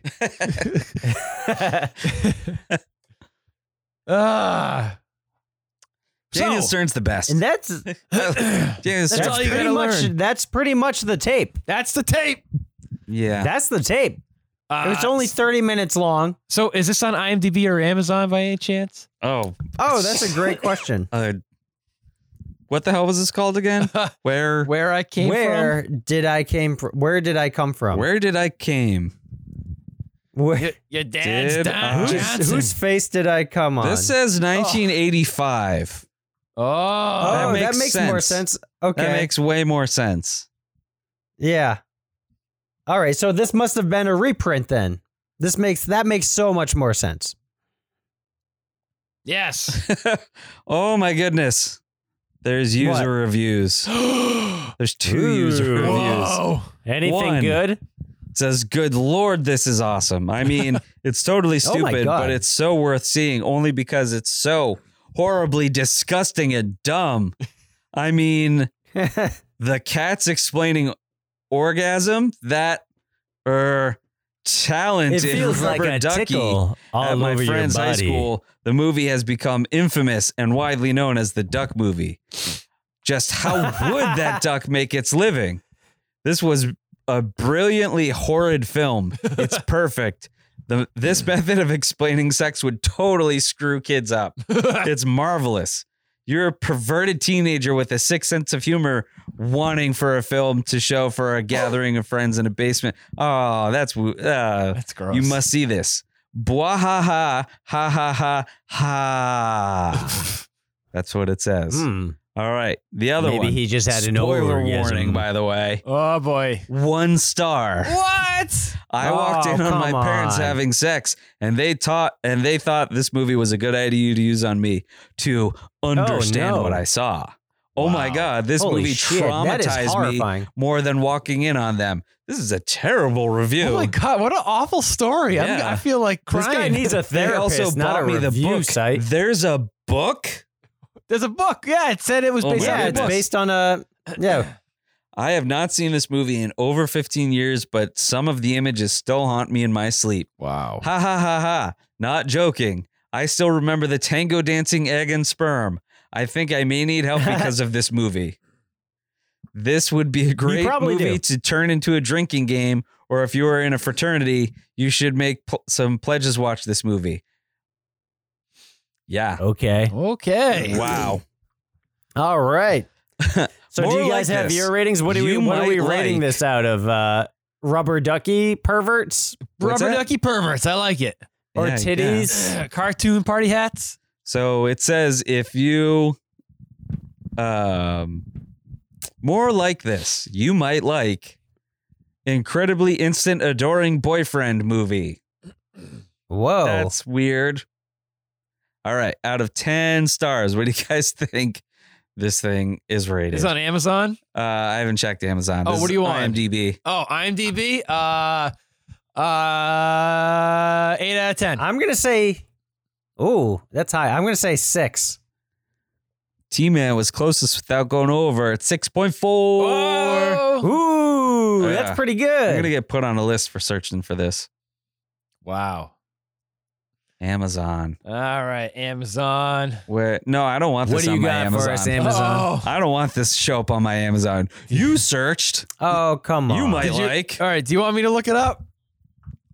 G: Ah,
D: Daniel
G: So-
D: Stern's the best.
H: And that's
D: Daniel
H: that's
D: Stern's
G: all
D: great.
G: you
H: pretty
G: gotta
H: much
G: learn.
H: that's pretty much the tape.
G: that's the tape.
D: Yeah.
H: That's the tape.
G: Uh,
H: It was only thirty minutes long.
G: so. Is this on IMDb or Amazon by any chance?
D: oh.
H: Oh, that's a great question.
D: Uh, what the hell was this called again? Where where,
G: Where I came
H: where did I came from? Where did I come from?
D: did I came?
H: Where-
G: from? Your dad's
D: Did
G: Don
D: I-
G: Johnson.
H: whose, whose face did I come on?
D: This says 1985.
H: oh,
D: that
G: oh,
H: that
D: makes
H: makes, more
D: sense.
H: sense. Okay,
D: That makes way more sense.
H: yeah. All right, so this must have been a reprint then. This makes that makes so much more sense.
G: yes.
D: oh my goodness. There's user
H: What?
D: reviews.
G: Oh,
D: There's two user
I: Ooh.
D: reviews.
G: Whoa.
I: Anything
D: One.
I: good?
D: It says, "Good lord, this is awesome." I mean, it's totally
H: Oh my
D: stupid,
H: God.
D: but it's so worth seeing only because it's so horribly disgusting and dumb. I mean, the cat's explaining orgasm that er talent
I: It
D: in
I: feels like
D: Rubber
I: a
D: Ducky
I: tickle all
D: at
I: over
D: my
I: your
D: friend's high
I: body.
D: school, the movie has become infamous and widely known as the Duck Movie. Just how would that duck make its living? This was a brilliantly horrid film. It's perfect. The, this method of explaining sex would totally screw kids up. It's marvelous. You're a perverted teenager with a sick sense of humor wanting for a film to show for a gathering of friends in a basement. Oh, that's wo- uh,
G: That's gross.
D: you must see this. Bwa ha ha ha ha ha ha. That's what it says.
I: Hmm.
D: All right. The other
I: Maybe
D: one.
I: he just had an
D: Spoiler
I: orgasm.
D: warning, by the way.
G: Oh boy.
D: One star.
G: What?
D: I
H: Oh,
D: walked in on my
H: come
D: parents
H: on.
D: having sex, and they taught and they thought this movie was a good idea to use on me to understand
H: no.
D: what I saw. Oh my
I: Wow.
D: god, this
H: Holy
D: movie
H: shit, that is
D: traumatized me
H: horrifying.
D: more than walking in on them. This is a terrible review.
G: Oh my god! What an awful story. I'm,
D: Yeah.
G: I feel like
I: This
G: crying.
I: guy needs a
D: they
I: therapist,
D: also
I: not
D: bought
I: a
D: me the
I: review
D: book.
I: site.
D: There's a book.
G: There's a book. Yeah, it said it was
D: Oh my
G: based on
H: yeah,
G: a
H: it's
D: goodness.
G: book.
H: based on a yeah.
D: I have not seen this movie in over 15 years, but some of the images still haunt me in my sleep.
G: Wow.
D: Ha ha ha ha. Not joking. I still remember the tango dancing egg and sperm. I think I may need help because of this movie. This would be a great
H: probably
D: movie
H: do.
D: to turn into a drinking game, or if you are in a fraternity, you should make pl- some pledges watch this movie. Yeah.
I: Okay.
G: Okay.
D: Wow.
H: All right.
I: So
D: More
I: do you
D: like
I: guys have
D: this.
I: your ratings? What are
D: You
I: we what are we
D: might
I: rating
D: like-
I: this out of? Uh, rubber ducky perverts
D: What's
G: Rubber
D: that?
G: ducky perverts. I like it.
I: or
D: Yeah, yeah.
I: titties?
G: Cartoon party hats.
D: So it says if you um more like this, you might like incredibly instant adoring boyfriend movie.
H: Whoa.
D: That's weird. All right, out of 10 stars, what do you guys think this thing is rated?
G: It's on Amazon.
D: uh, I haven't checked Amazon.
G: Oh,
D: This
G: what
D: is
G: do you want?
D: IMDb.
G: Oh, IMDb. Uh, uh, eight out of ten.
H: I'm going to say, ooh, that's high. I'm going to say six.
D: T Man was closest without going over at 6.4.
G: Oh!
H: Ooh,
D: Oh, yeah.
H: that's pretty
D: I'm
H: good.
D: going to get put on a list for searching for this.
G: Wow.
D: Amazon.
G: All right, Amazon.
D: Where no, I don't want this
H: what do
D: on
H: you
D: my
H: got
D: Amazon.
H: for us, Amazon?
G: Oh.
D: I don't want this to show up on my Amazon. You searched.
H: Oh, come on.
D: You might
G: Did you-
D: like.
G: All right, do you want me to look it up?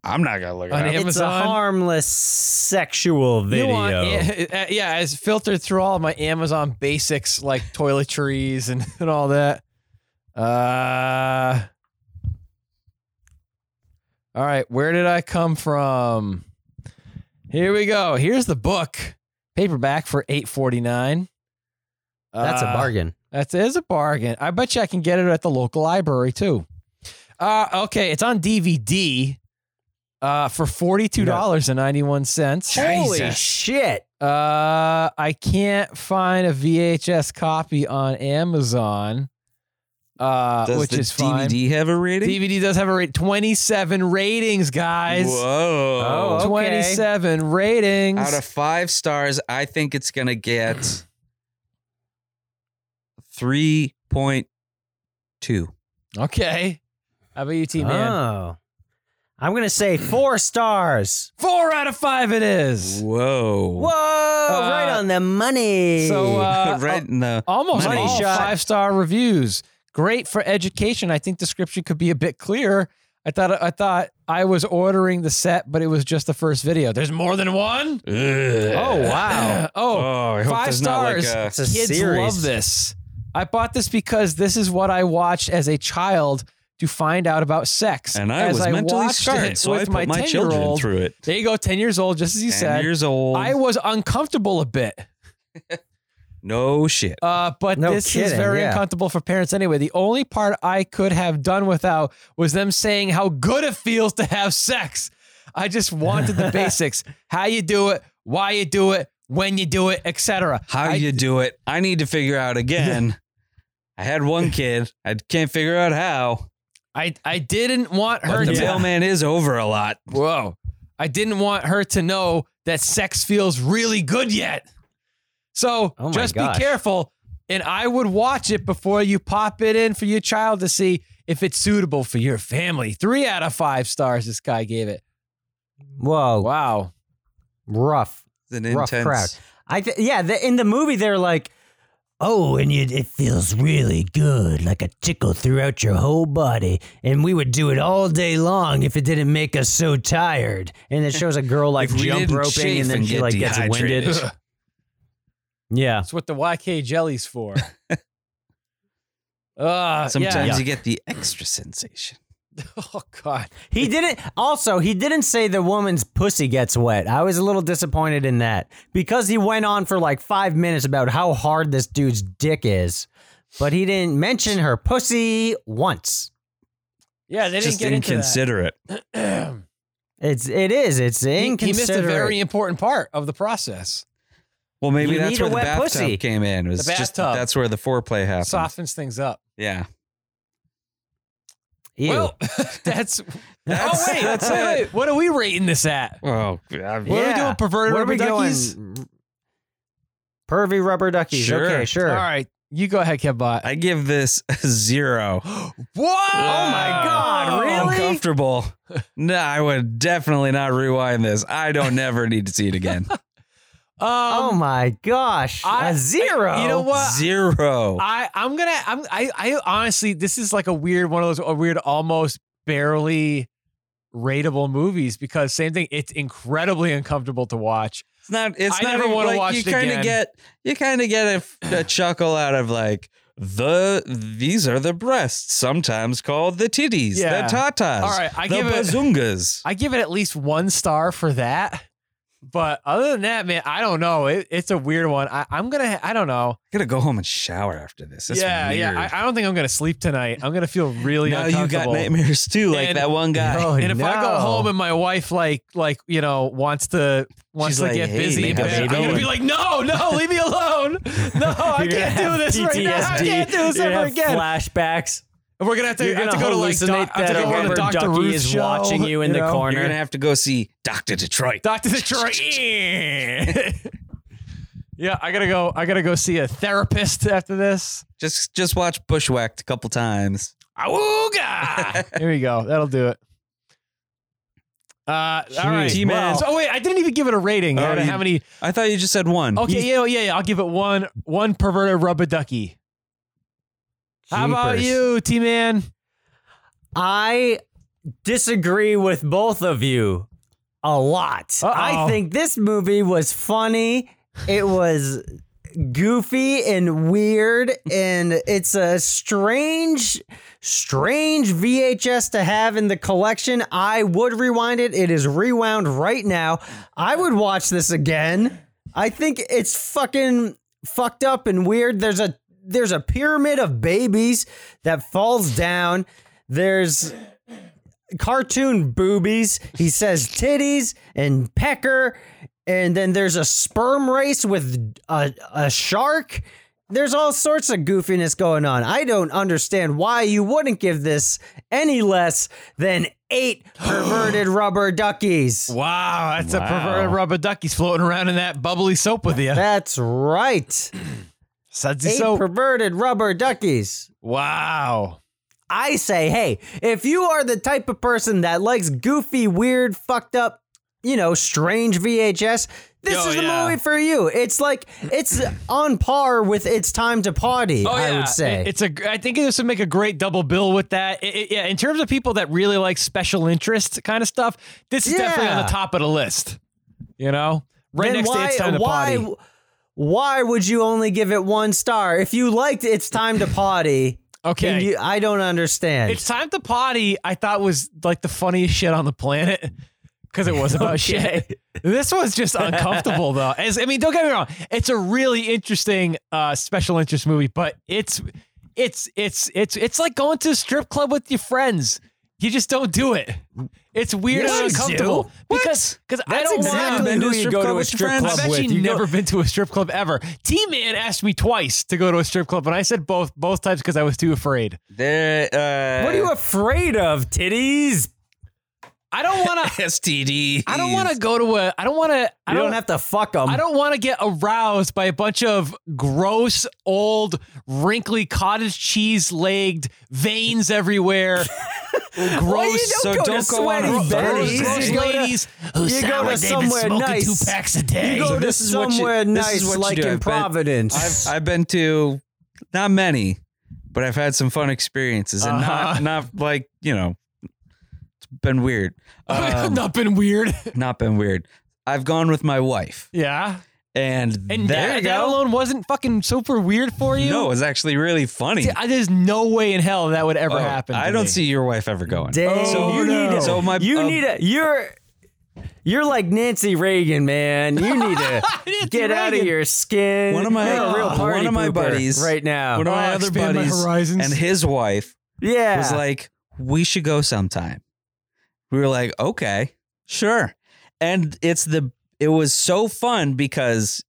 D: I'm not gonna look
G: On
D: it up.
H: It's a
G: Amazon?
H: harmless sexual video.
G: You want, yeah, uh, yeah, it's filtered through all my Amazon basics like toiletries and, and all that. Uh, all right, where did I come from? Here we go. Here's the book, paperback for eight forty nine.
H: that's
G: Uh,
H: a bargain.
G: That is a bargain. I bet you I can get it at the local library too. Uh, okay, it's on DVD uh, for forty two dollars and ninety one cents.
H: Holy shit.
G: Uh, I can't find a VHS copy on Amazon. Uh,
D: Does
G: which
D: the
G: is fine.
D: DVD have a rating?
G: DVD does have a rate twenty seven ratings, guys.
D: Whoa!
H: Oh, okay.
G: Twenty seven ratings.
D: Out of five stars, I think it's gonna get three point two.
G: okay. How about you, T man?
H: Oh. I'm going to say four stars.
G: Four out of five. It is.
D: Whoa!
H: Whoa, right on the money.
G: So uh,
D: right in the
G: Almost
D: Money
G: all
D: shot.
G: five star reviews. Great for education. I think the description could be a bit clearer. I thought I thought I was ordering the set, but it was just the first video. There's more than one.
H: oh, wow.
G: oh, oh,
D: oh, I hope
G: five
D: there's not like
G: stars.
D: a-
H: It's a
G: kids
H: series.
G: love this. I bought this because this is what I watched as a child to find out about sex.
D: and I
G: As
D: was mentally
G: watched
D: scarred,
G: it
D: so I
G: with
D: put my, children
G: 10-year-old.
D: through it.
G: There you go, ten years old, just as you
D: Ten
G: said.
D: years old.
G: I was uncomfortable a bit.
D: no shit.
G: Uh, but
H: No
G: this is
H: kidding,
G: very
H: yeah.
G: uncomfortable for parents anyway. The only part I could have done without was them saying how good it feels to have sex. I just wanted the basics: how you do it, why you do it, when you do it, etc.
D: How
G: I-
D: you do it? I need to figure out again. I had one kid. I can't figure out how.
G: I I didn't want her
D: But the
G: to
D: mailman is over a lot.
G: Whoa. I didn't want her to know that sex feels really good yet. So
H: Oh my
G: just
H: gosh.
G: be careful. And I would watch it before you pop it in for your child to see if it's suitable for your family. Three out of five stars this guy gave it.
H: Whoa,
G: Wow.
H: rough.
D: It's an
H: rough
D: intense.
H: crowd. I th- yeah, the, in the movie they're like, oh, and you, it feels really good, like a tickle throughout your whole body, and we would do it all day long if it didn't make us so tired. And it shows a girl like
D: If we
H: jump
D: didn't
H: roping,
D: chafe
H: and then
D: and
H: she
D: get
H: like gets
D: dehydrated.
H: winded. yeah,
G: That's what the YK jelly's for. uh,
D: Sometimes
G: Yeah.
D: you get the extra sensation.
G: Oh, God.
H: he didn't. Also, he didn't say the woman's pussy gets wet. I was a little disappointed in that because he went on for like five minutes about how hard this dude's dick is, but he didn't mention her pussy once.
G: Yeah, they didn't
D: Just
G: get into that.
D: inconsiderate.
H: It's it is. It's
G: He, he missed a
H: inconsiderate.
G: very important part of the process.
D: Well, maybe
H: You
D: that's
H: need
D: where
H: a
D: the
H: wet
D: bathtub
H: pussy.
D: came in. It Was
G: The
D: just
G: bathtub.
D: that's where the foreplay happened.
G: Softens things up.
D: Yeah.
H: Ew.
G: Well, that's,
D: That's-
G: oh wait,
D: that's
G: wait,
D: it.
G: wait, What are we rating this at?
D: Oh, God.
G: What are we
H: Yeah.
G: doing? Perverted
H: Where are
G: rubber
H: we going?
G: duckies?
H: Pervy rubber duckies.
D: Sure.
H: Okay, sure.
G: All right, you go ahead, Kevbot.
D: I give this a zero.
G: Whoa! Oh
H: God, really?
D: Uncomfortable. no, I would definitely not rewind this. I don't never need to see it again.
H: oh
G: Um,
H: my gosh.
G: I-
H: a zero.
G: you know what?
D: zero.
G: I I'm gonna I'm I I honestly this is like a weird one of those a weird almost barely rateable movies because same thing. It's incredibly uncomfortable to watch.
D: It's not. It's
G: I
D: not
G: never wanna
D: like,
G: watch
D: You
G: it
D: kind
G: again.
D: of get. You kind of get a, a chuckle out of like the. These are the breasts, sometimes called the titties,
G: Yeah.
D: the tatas,
G: All right, I
D: the
G: give it-
D: bazungas.
G: I give it at least one star for that. But other than that, man, I don't know. It, it's a weird one. I, I'm gonna. ha- I don't know.
D: gotta go home and shower after this. That's
G: yeah,
D: weird.
G: yeah. I, I don't think I'm gonna sleep tonight. I'm gonna feel really
D: now you got
G: uncomfortable.
D: nightmares too, like
G: And-
D: that one guy.
H: No,
G: and if I go
I: Oh,
H: no.
G: home and my wife like like you know wants to wants
D: She's
G: to
D: like,
G: get
D: "Hey,
G: busy, in
D: make a
G: bed, I'm
D: baby."
G: gonna be like, no, no, leave me alone. No, I
I: You're gonna
G: can't do
I: have
G: this right now. I
I: PTSD.
G: can't do this
I: You're gonna
G: ever
I: have
G: again.
I: Flashbacks.
G: And We're gonna have to,
I: You're
G: have
I: gonna
G: to go to like
I: hallucinate
G: doc, I have to
I: that
G: go on
I: Rubber
G: the Dr.
I: Ducky
G: Ruth
I: is
G: show,
I: watching you in the
G: know?
I: corner.
D: You're gonna have to go see Doctor Detroit.
G: Doctor Detroit. yeah, I gotta go. I gotta go see a therapist after this.
D: just just watch Bushwhacked a couple times.
G: Awooga! Here we go. That'll do it. Uh, all right.
D: T-Man.
G: So- oh wait, I didn't even give it a rating.
D: Oh,
G: I don't know
D: you-
G: how many?
D: I thought you just said one.
G: Okay, yeah, yeah, yeah. I'll give it one. One perverted rubber ducky. How about
H: Jeepers.
G: you, T man?
H: I
I: Disagree with both of you.
H: a lot. I
G: Uh-oh.
H: think this movie was funny. It was goofy and weird, and it's a strange, strange VHS to have in the collection. I would rewind it. It is rewound right now. I would watch this again. I think it's fucking fucked up and weird. There's a there's a pyramid of babies that falls down. There's cartoon boobies. He says titties and pecker, and then there's a sperm race with a, a shark. There's all sorts of goofiness going on. I don't understand why you wouldn't give this any less than eight perverted rubber duckies.
G: Wow, that's a perverted rubber ducky's floating around in that bubbly soap with you.
H: That's right.
G: Sudsy
H: Eight
G: soap.
H: perverted rubber duckies.
G: wow.
H: I say, hey, if you are the type of person that likes goofy, weird, fucked up, you know, strange VHS, this
G: Yo,
H: is the
G: Oh, yeah.
H: movie for you. It's like it's on par with It's Time to Party, I
G: Oh, yeah.
H: would say.
G: It- it's a. gr- I think this would make a great double bill with that. It- it- yeah, in terms of people that really like special interest kind of stuff, this is definitely on
H: Yeah.
G: the top of the list. You know, right
H: Then
G: next to it's time to
H: why,
G: potty.
H: Why would you only give it one star? If you liked It's Time to Party,
G: Okay,
H: then you, I don't understand.
G: It's time to potty. I thought was like the funniest shit on the planet because it was about shit. This was just uncomfortable though. As I mean, don't get me wrong, it's a really interesting uh, special interest movie, but it's it's it's it's it's like going to a strip club with your friends. You just don't do it. It's weird
H: Yes,
G: and
H: you
G: uncomfortable
H: do.
G: because because I
H: That's
G: don't
H: exactly
G: want
I: Been to a strip club with your friends?
G: I've
I: with.
G: actually
I: You go-
G: never been to a strip club ever. T Man asked me twice to go to a strip club, and I said both both times because I was too afraid.
D: There. Uh,
H: what are you afraid of?
I: Titties.
G: I don't want to.
D: STD?
G: I don't want to go to a. I don't want to. I
H: You
G: don't,
H: don't, have to fuck them.
G: I don't want to get aroused by a bunch of gross, old, wrinkly cottage cheese legged veins everywhere. gross,
D: so
H: go to
D: don't go on
H: sweaty
D: a
H: Betty's.
G: gross, gross
D: You go
G: ladies who
H: you go
G: sound
H: to
G: like they've been
H: somewhere
G: smoking
H: nice.
G: two packs a day.
H: you go
D: So
H: to
D: this is what you-
H: somewhere
D: this
H: nice
D: is what you
H: like
D: do.
H: in
D: I've been-
H: Providence.
D: I've I've been to not many, but I've had some fun experiences and
G: Uh-huh.
D: not not like you know, it's been weird. Um,
G: not been weird.
D: not been weird. I've gone with my wife,
G: yeah.
D: and,
G: And
D: there
G: that,
D: you
G: that
D: go.
G: alone wasn't fucking super weird for you.
D: No, it's actually really funny.
G: I- there's no way in hell that would ever
D: Oh,
G: happen. to
D: I don't
G: me.
D: see your wife ever going.
H: Dang.
D: So
H: you need
D: Oh, So my
I: You
D: uh,
I: need a. You're.
H: You're like Nancy Reagan, man. You need to
G: Nancy
H: get out of
G: Reagan.
H: your skin.
D: One of my-
H: You're a real
D: one
H: party
D: of my
H: pooper
D: buddies-
H: right now.
D: one of my
G: Oh,
D: other
G: expand my
D: buddies
G: horizons.
D: and his wife
H: yeah,
D: was like, "We should go sometime." We were like, "Okay, sure." And it's the it was so fun because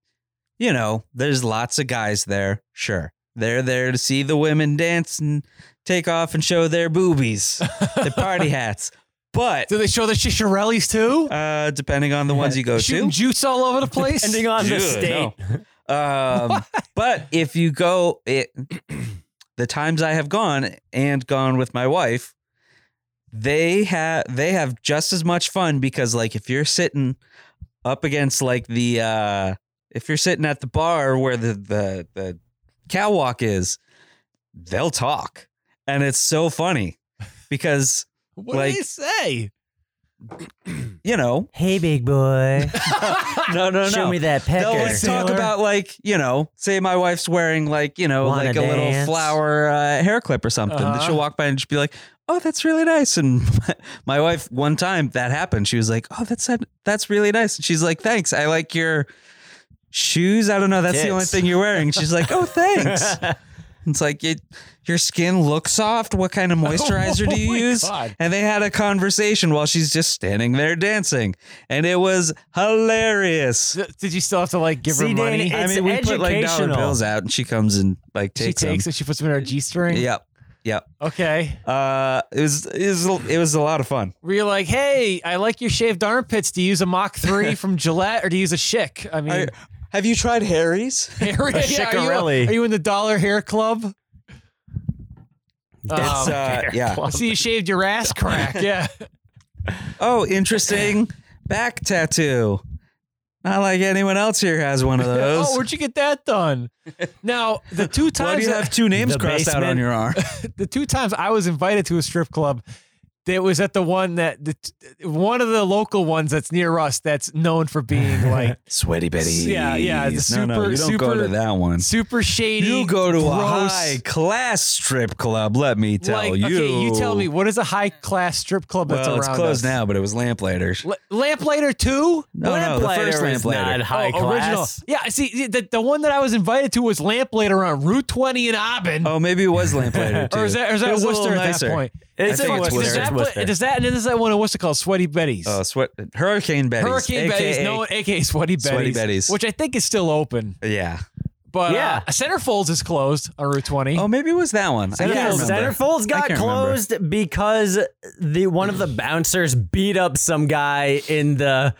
D: you know, there's lots of guys there, sure. They're there to see the women dance and take off and show their boobies, the party hats. But
G: Do they show the Shishirellis too?
D: uh depending on the ones you go to,
G: Shooting jutes all over the place.
I: Depending on the
D: Dude,
I: state.
D: no. Um, but if you go, it, the times I have gone and gone with my wife, they have they have just as much fun because like if you're sitting up against like the uh, if you're sitting at the bar where the the the catwalk is, they'll talk, and it's so funny because
G: What
D: Like-
G: do they say?
D: you know
H: hey, big boy,
D: no no no
H: show me that
D: They'll
H: pecker.
D: like talk about like you know, say my wife's wearing like you know
H: Wanna
D: like a little
H: dance?
D: flower uh, hair clip or something. That
G: Uh-huh.
D: she'll walk by and just be like, oh, that's really nice. And my wife, one time that happened, she was like, oh, that's that's really nice. And she's like, thanks. I like your shoes. I don't know. That's the only
I: Tits.
D: thing you're wearing. She's like, oh, thanks. It's like it, your skin looks soft. What kind of moisturizer do you
G: Oh my
D: use?
G: God.
D: And they had a conversation while she's just standing there dancing, and it was hilarious.
G: Th- Did you still have to like give her
H: See, Dan,
G: money?
H: it-
D: I
H: It's
D: mean, we put like dollar
H: educational.
D: bills out, and she comes and like
G: she
D: takes,
G: takes
D: them.
G: it. She puts them in her G string.
D: Yep, yep.
G: Okay.
D: Uh, it was it was it was a lot of fun.
G: Were you like, hey, I like your shaved armpits. Do you use a Mach 3 from Gillette or do you use a Chic? I mean,
D: I- have you tried Harry's?
G: Harry,
I: A
G: are, you,
I: Chicarelli.
G: are you in the Dollar Hair Club?
D: It's,
G: Um,
D: uh, yeah.
G: I see you shaved your ass crack. Yeah.
D: Oh, interesting back tattoo. Not like anyone else here has one of those.
G: Oh, where'd you get that done? Now, the two
D: Why do
G: times
D: you have two names
I: The
D: crossed out on
I: basement.
D: your arm?
G: the two times I was invited to a strip club, it was at the one that the one of the local ones that's near us that's known for being like
D: Sweaty Betty.
G: Yeah, yeah, the
D: no, no,
G: super-
D: you don't go
G: super-
D: to that one.
G: super shady.
D: You go to a
G: gross-
D: high class strip club. Let me tell
G: like,
D: you.
G: Okay, you tell me what is a high class strip club that's
D: Well,
G: around
D: it's closed
G: us?
D: now, but it was Lamplighter.
G: L- Lamplighter two.
D: No, no, the first
I: Lamplighter is
D: Lamplighter.
I: not high
G: oh, original.
I: class.
G: Yeah, see, the, the one that I was invited to was Lamplighter on Route 20 in Auburn.
D: Oh, maybe it was Lamplighter too.
G: or is that, or is
D: It
G: that
D: was a little
G: Worcester at
D: nicer.
G: that point?
I: It's
D: I
I: in
D: think it's
I: Worcester.
G: Does
D: Worcester.
G: that,
I: It's Worcester.
G: pla- does that and then there's that one in Worcester called Sweaty Betty's.
D: Oh, sweat Hurricane Betty's.
G: Hurricane
D: AKA
G: Betty's, no, aka Sweaty Betty's,
D: Sweaty Betty's.
G: which I think is still open.
D: Yeah.
G: But
I: Yeah.
G: yeah, uh, Centerfolds is closed on Route 20.
D: Oh, maybe it was that one. I don't
I: Yeah,
D: remember.
H: Centerfolds
D: I
H: got
D: can't remember.
H: closed because the one of the
I: Bouncers beat up some guy in the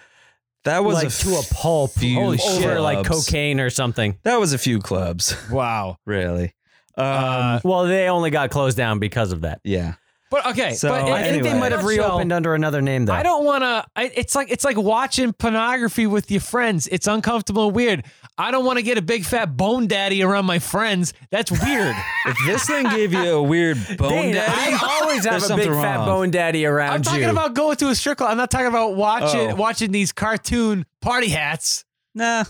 D: That was
I: like
D: a
I: to a pulp
D: few
I: over like
D: clubs.
I: cocaine or something.
D: That was a few clubs,
G: wow.
D: really. Um,
G: Uh,
I: Well, they only got closed down because of that.
D: yeah.
G: but okay,
D: so,
G: but
D: I think they
G: in a
D: might have
G: nutshell,
I: under another name though.
G: I don't want to. It's like it's like watching pornography with your friends. It's uncomfortable and weird. I don't want to get a big fat bone daddy around my friends. That's weird.
D: If this thing gave you a weird bone
I: Dane,
D: daddy,
I: I always have
D: there's
I: a big
D: something
I: fat
D: wrong.
I: bone daddy around
G: I'm talking
I: you.
G: about going to a strip club. I'm not talking about watching
D: Oh.
G: watching these cartoon party hats.
D: Nah.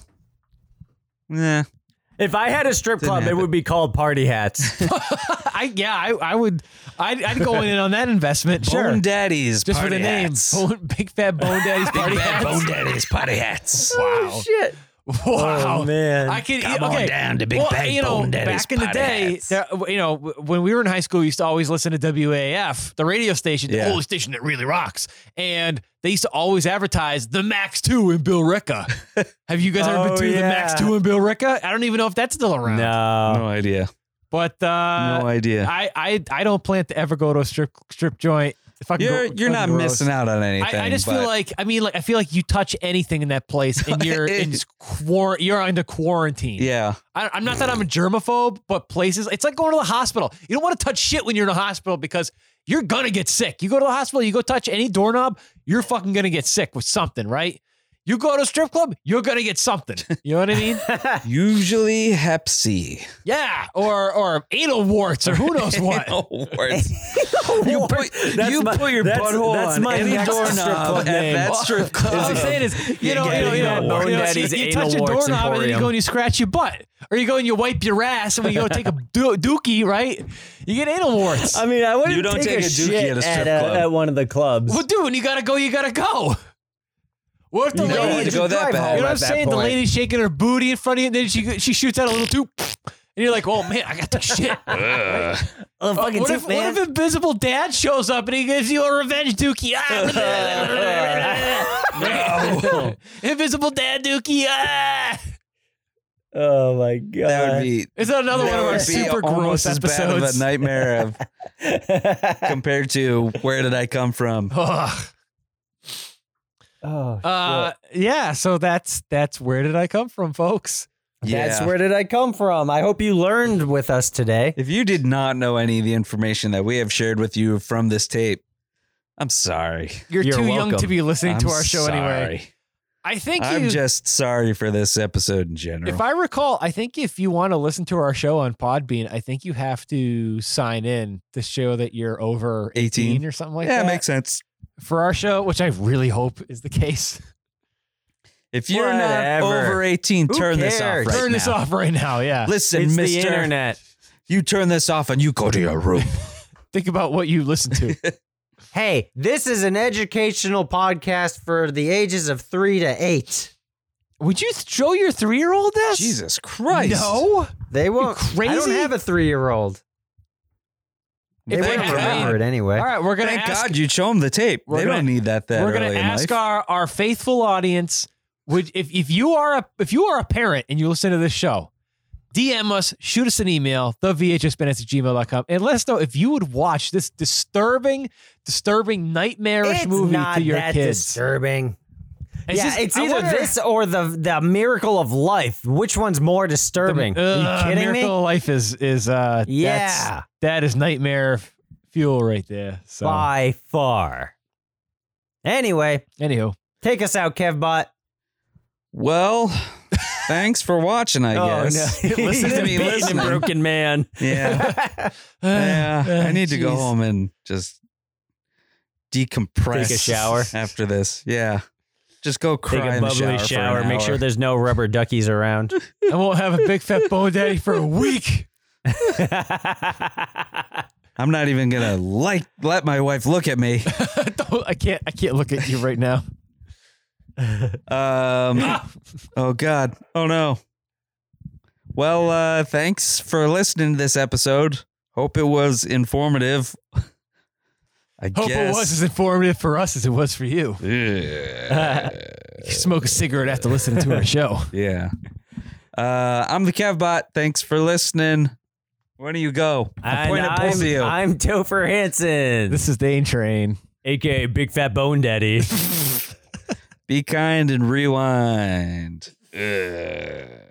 D: Nah.
I: if I had a strip
D: Didn't
I: club, it
D: happen.
I: would be called Party Hats.
G: I yeah, I, I would. I'd, I'd go in on that investment. Sure.
D: Bone daddies.
G: just for
D: party
G: the name,
D: hats.
G: Bone- big fat bone daddy's party
D: Big fat
G: hats.
D: bone daddies party hats.
G: Wow.
H: shit.
G: Wow.
H: Oh, man.
G: I could e,
D: Come
G: okay.
D: on down to Big
G: well,
D: Bad
G: you know,
D: Bone Daddy's
G: Back in the
D: Party
G: day,
D: Hats.
G: there, you know, w- when we were in high school, we used to always listen to WAF, the radio station,
D: Yeah.
G: the only station that really rocks. And they used to always advertise the Max 2 in Bill Ricka. Have you guys ever
I: Oh,
G: been to the Max
I: yeah.
G: 2 in Bill Ricka? I don't even know if that's still around.
I: no.
D: No idea.
G: But uh,
D: no idea.
G: I, I I don't plan to ever go to a strip strip joint. If I
D: you're you're not missing out on anything.
G: I, I just
D: but-
G: feel like I mean like I feel like you touch anything in that place and you're in s- quar- you're under quarantine.
D: Yeah.
G: I, I'm not that I'm a germaphobe, but places it's like going to the hospital. You don't want to touch shit when you're in a hospital because you're gonna get sick. You go to the hospital, you go touch any doorknob, you're fucking gonna get sick with something, right? You go to a strip club, you're gonna get something. You know what I mean?
D: Usually Hep C.
G: yeah, or or anal warts or who knows what.
D: No Oh, words.
G: Oh,
D: you put,
I: That's
D: you
I: my-
D: put your
I: that's-
D: butthole
I: that's
D: on
I: my
D: any
I: next
D: doorknob
I: strip club
D: at
I: name.
D: that strip club.
G: All I'm saying is, you know, you know, you know,
I: Bone
G: you, know,
I: Daddy's
G: you, you
I: anal
G: touch a
I: warts
G: doorknob and then you
I: emporium.
G: go and you scratch your butt, or you go and you wipe your ass, and when you go take a do- dookie, right? You get anal warts.
I: I mean, I wouldn't
D: You don't take a dookie
I: shit
D: at a strip
I: at, uh,
D: club.
I: at one of the clubs.
G: well, dude, when you gotta go, you gotta go. What if the
D: You don't
G: lady?
D: have to
G: you
D: go that bad.
G: know what
I: at
G: I'm
I: that
G: saying? The
I: point.
G: lady's shaking her booty in front of you, and then she she shoots out a little too, and you're like, oh man, I got the shit.
H: Oh,
G: Uh,
H: fucking
G: what,
H: tip,
G: if,
H: man.
G: what if Invisible Dad shows up and he gives you a revenge dookie? Ah!
D: No.
G: Invisible Dad dookie. Ah!
I: oh my god.
D: that would be
G: Is that another one
D: that
G: of our
D: would be
G: super
D: almost
G: gross
D: as bad of
G: episodes?
D: a nightmare of compared to where did I come from?
G: Ugh.
I: oh,
G: Uh, yeah, so that's that's where did I come from, folks?
D: Yeah.
I: That's
H: Where did I come from? I hope you learned with us today.
D: if you did not know any of the information that we have shared with you from this tape, I'm sorry.
G: You're,
I: You're
G: too young to
I: welcome.
G: be listening to
D: I'm
G: our show anyway.
D: sorry.
G: I think
D: I'm
G: you,
D: just sorry for this episode in general.
G: if I recall, I think if you want to listen to our show on Podbean, I think you have to sign in to show that you're over 18,
D: 18.
G: or something like
D: yeah,
G: that
D: it makes sense.
G: for our show, which I really hope is the case.
D: If you're not
I: Whatever.
D: over 18,
I: Who
D: turn this off
I: cares?
D: right
G: Turn
D: now.
G: this off right now, yeah.
D: Listen,
I: it's
D: mister,
I: the internet.
D: you turn this off and you go to your room.
G: Think about what you listen to.
H: Hey, this is an educational podcast for the ages of three to eight.
G: Would you show your three year old this?
D: Jesus Christ.
G: No.
H: They won't. I don't
G: crazy?
H: have a three year old. They
D: Thank
H: wouldn't
D: God.
H: remember it anyway.
G: All right, we're gonna
D: Thank
G: ask.
D: God you show them the tape.
G: We're
D: they
G: gonna-
D: don't need that that
G: we're
D: early
G: gonna
D: in
G: ask
D: life.
G: our our faithful audience. Would if if you are a if you are a parent and you listen to this show, DM us, shoot us an email, the VHSBandits at gmail.com, and let us know if you would watch this disturbing, disturbing, nightmarish
H: It's
G: movie
H: not
G: to your
H: that
G: kids.
H: disturbing.
G: It's
H: yeah,
G: just-
H: it's
G: I
H: either
G: wonder-
H: this or the the miracle of life. Which one's more disturbing?
G: Ugh,
H: you kidding
G: uh, Miracle
H: me?
G: of Life is is uh
H: Yeah.
G: that's, that is nightmare f- fuel right there. So
H: By far. Anyway,
G: anywho,
H: take us out, Kevbot.
D: Well, thanks for watching, I
H: Oh,
D: guess.
H: no.
D: Listen to me
I: Beaten and
D: listening.
I: broken man.
D: Yeah. yeah. I need to go
G: Jeez.
D: home and just decompress.
I: Take a shower.
D: after this. Yeah. Just go cry
I: Take a
D: in the
I: bubbly
D: shower. for
I: shower.
D: an
I: Make
D: hour.
I: sure there's no rubber duckies around.
G: I won't have a big fat bone daddy for a week.
D: I'm not even gonna like let my wife look at me.
G: I don't- I can't I can't look at you right now.
D: Um, oh God. Oh no. Well, uh, thanks for listening to this episode. Hope it was informative. I
G: Hope
D: guess.
G: it was as informative for us as it was for you.
D: Yeah.
G: You smoke a cigarette after listening to our show.
D: yeah. Uh, I'm the Kevbot. Thanks for listening. Where do you go?
I: And
D: I point at both
I: I'm,
D: of you.
I: I'm Topher Hansen,
G: This is the Ain Train.
I: aka Big Fat Bone Daddy.
D: Be kind and rewind. Ugh.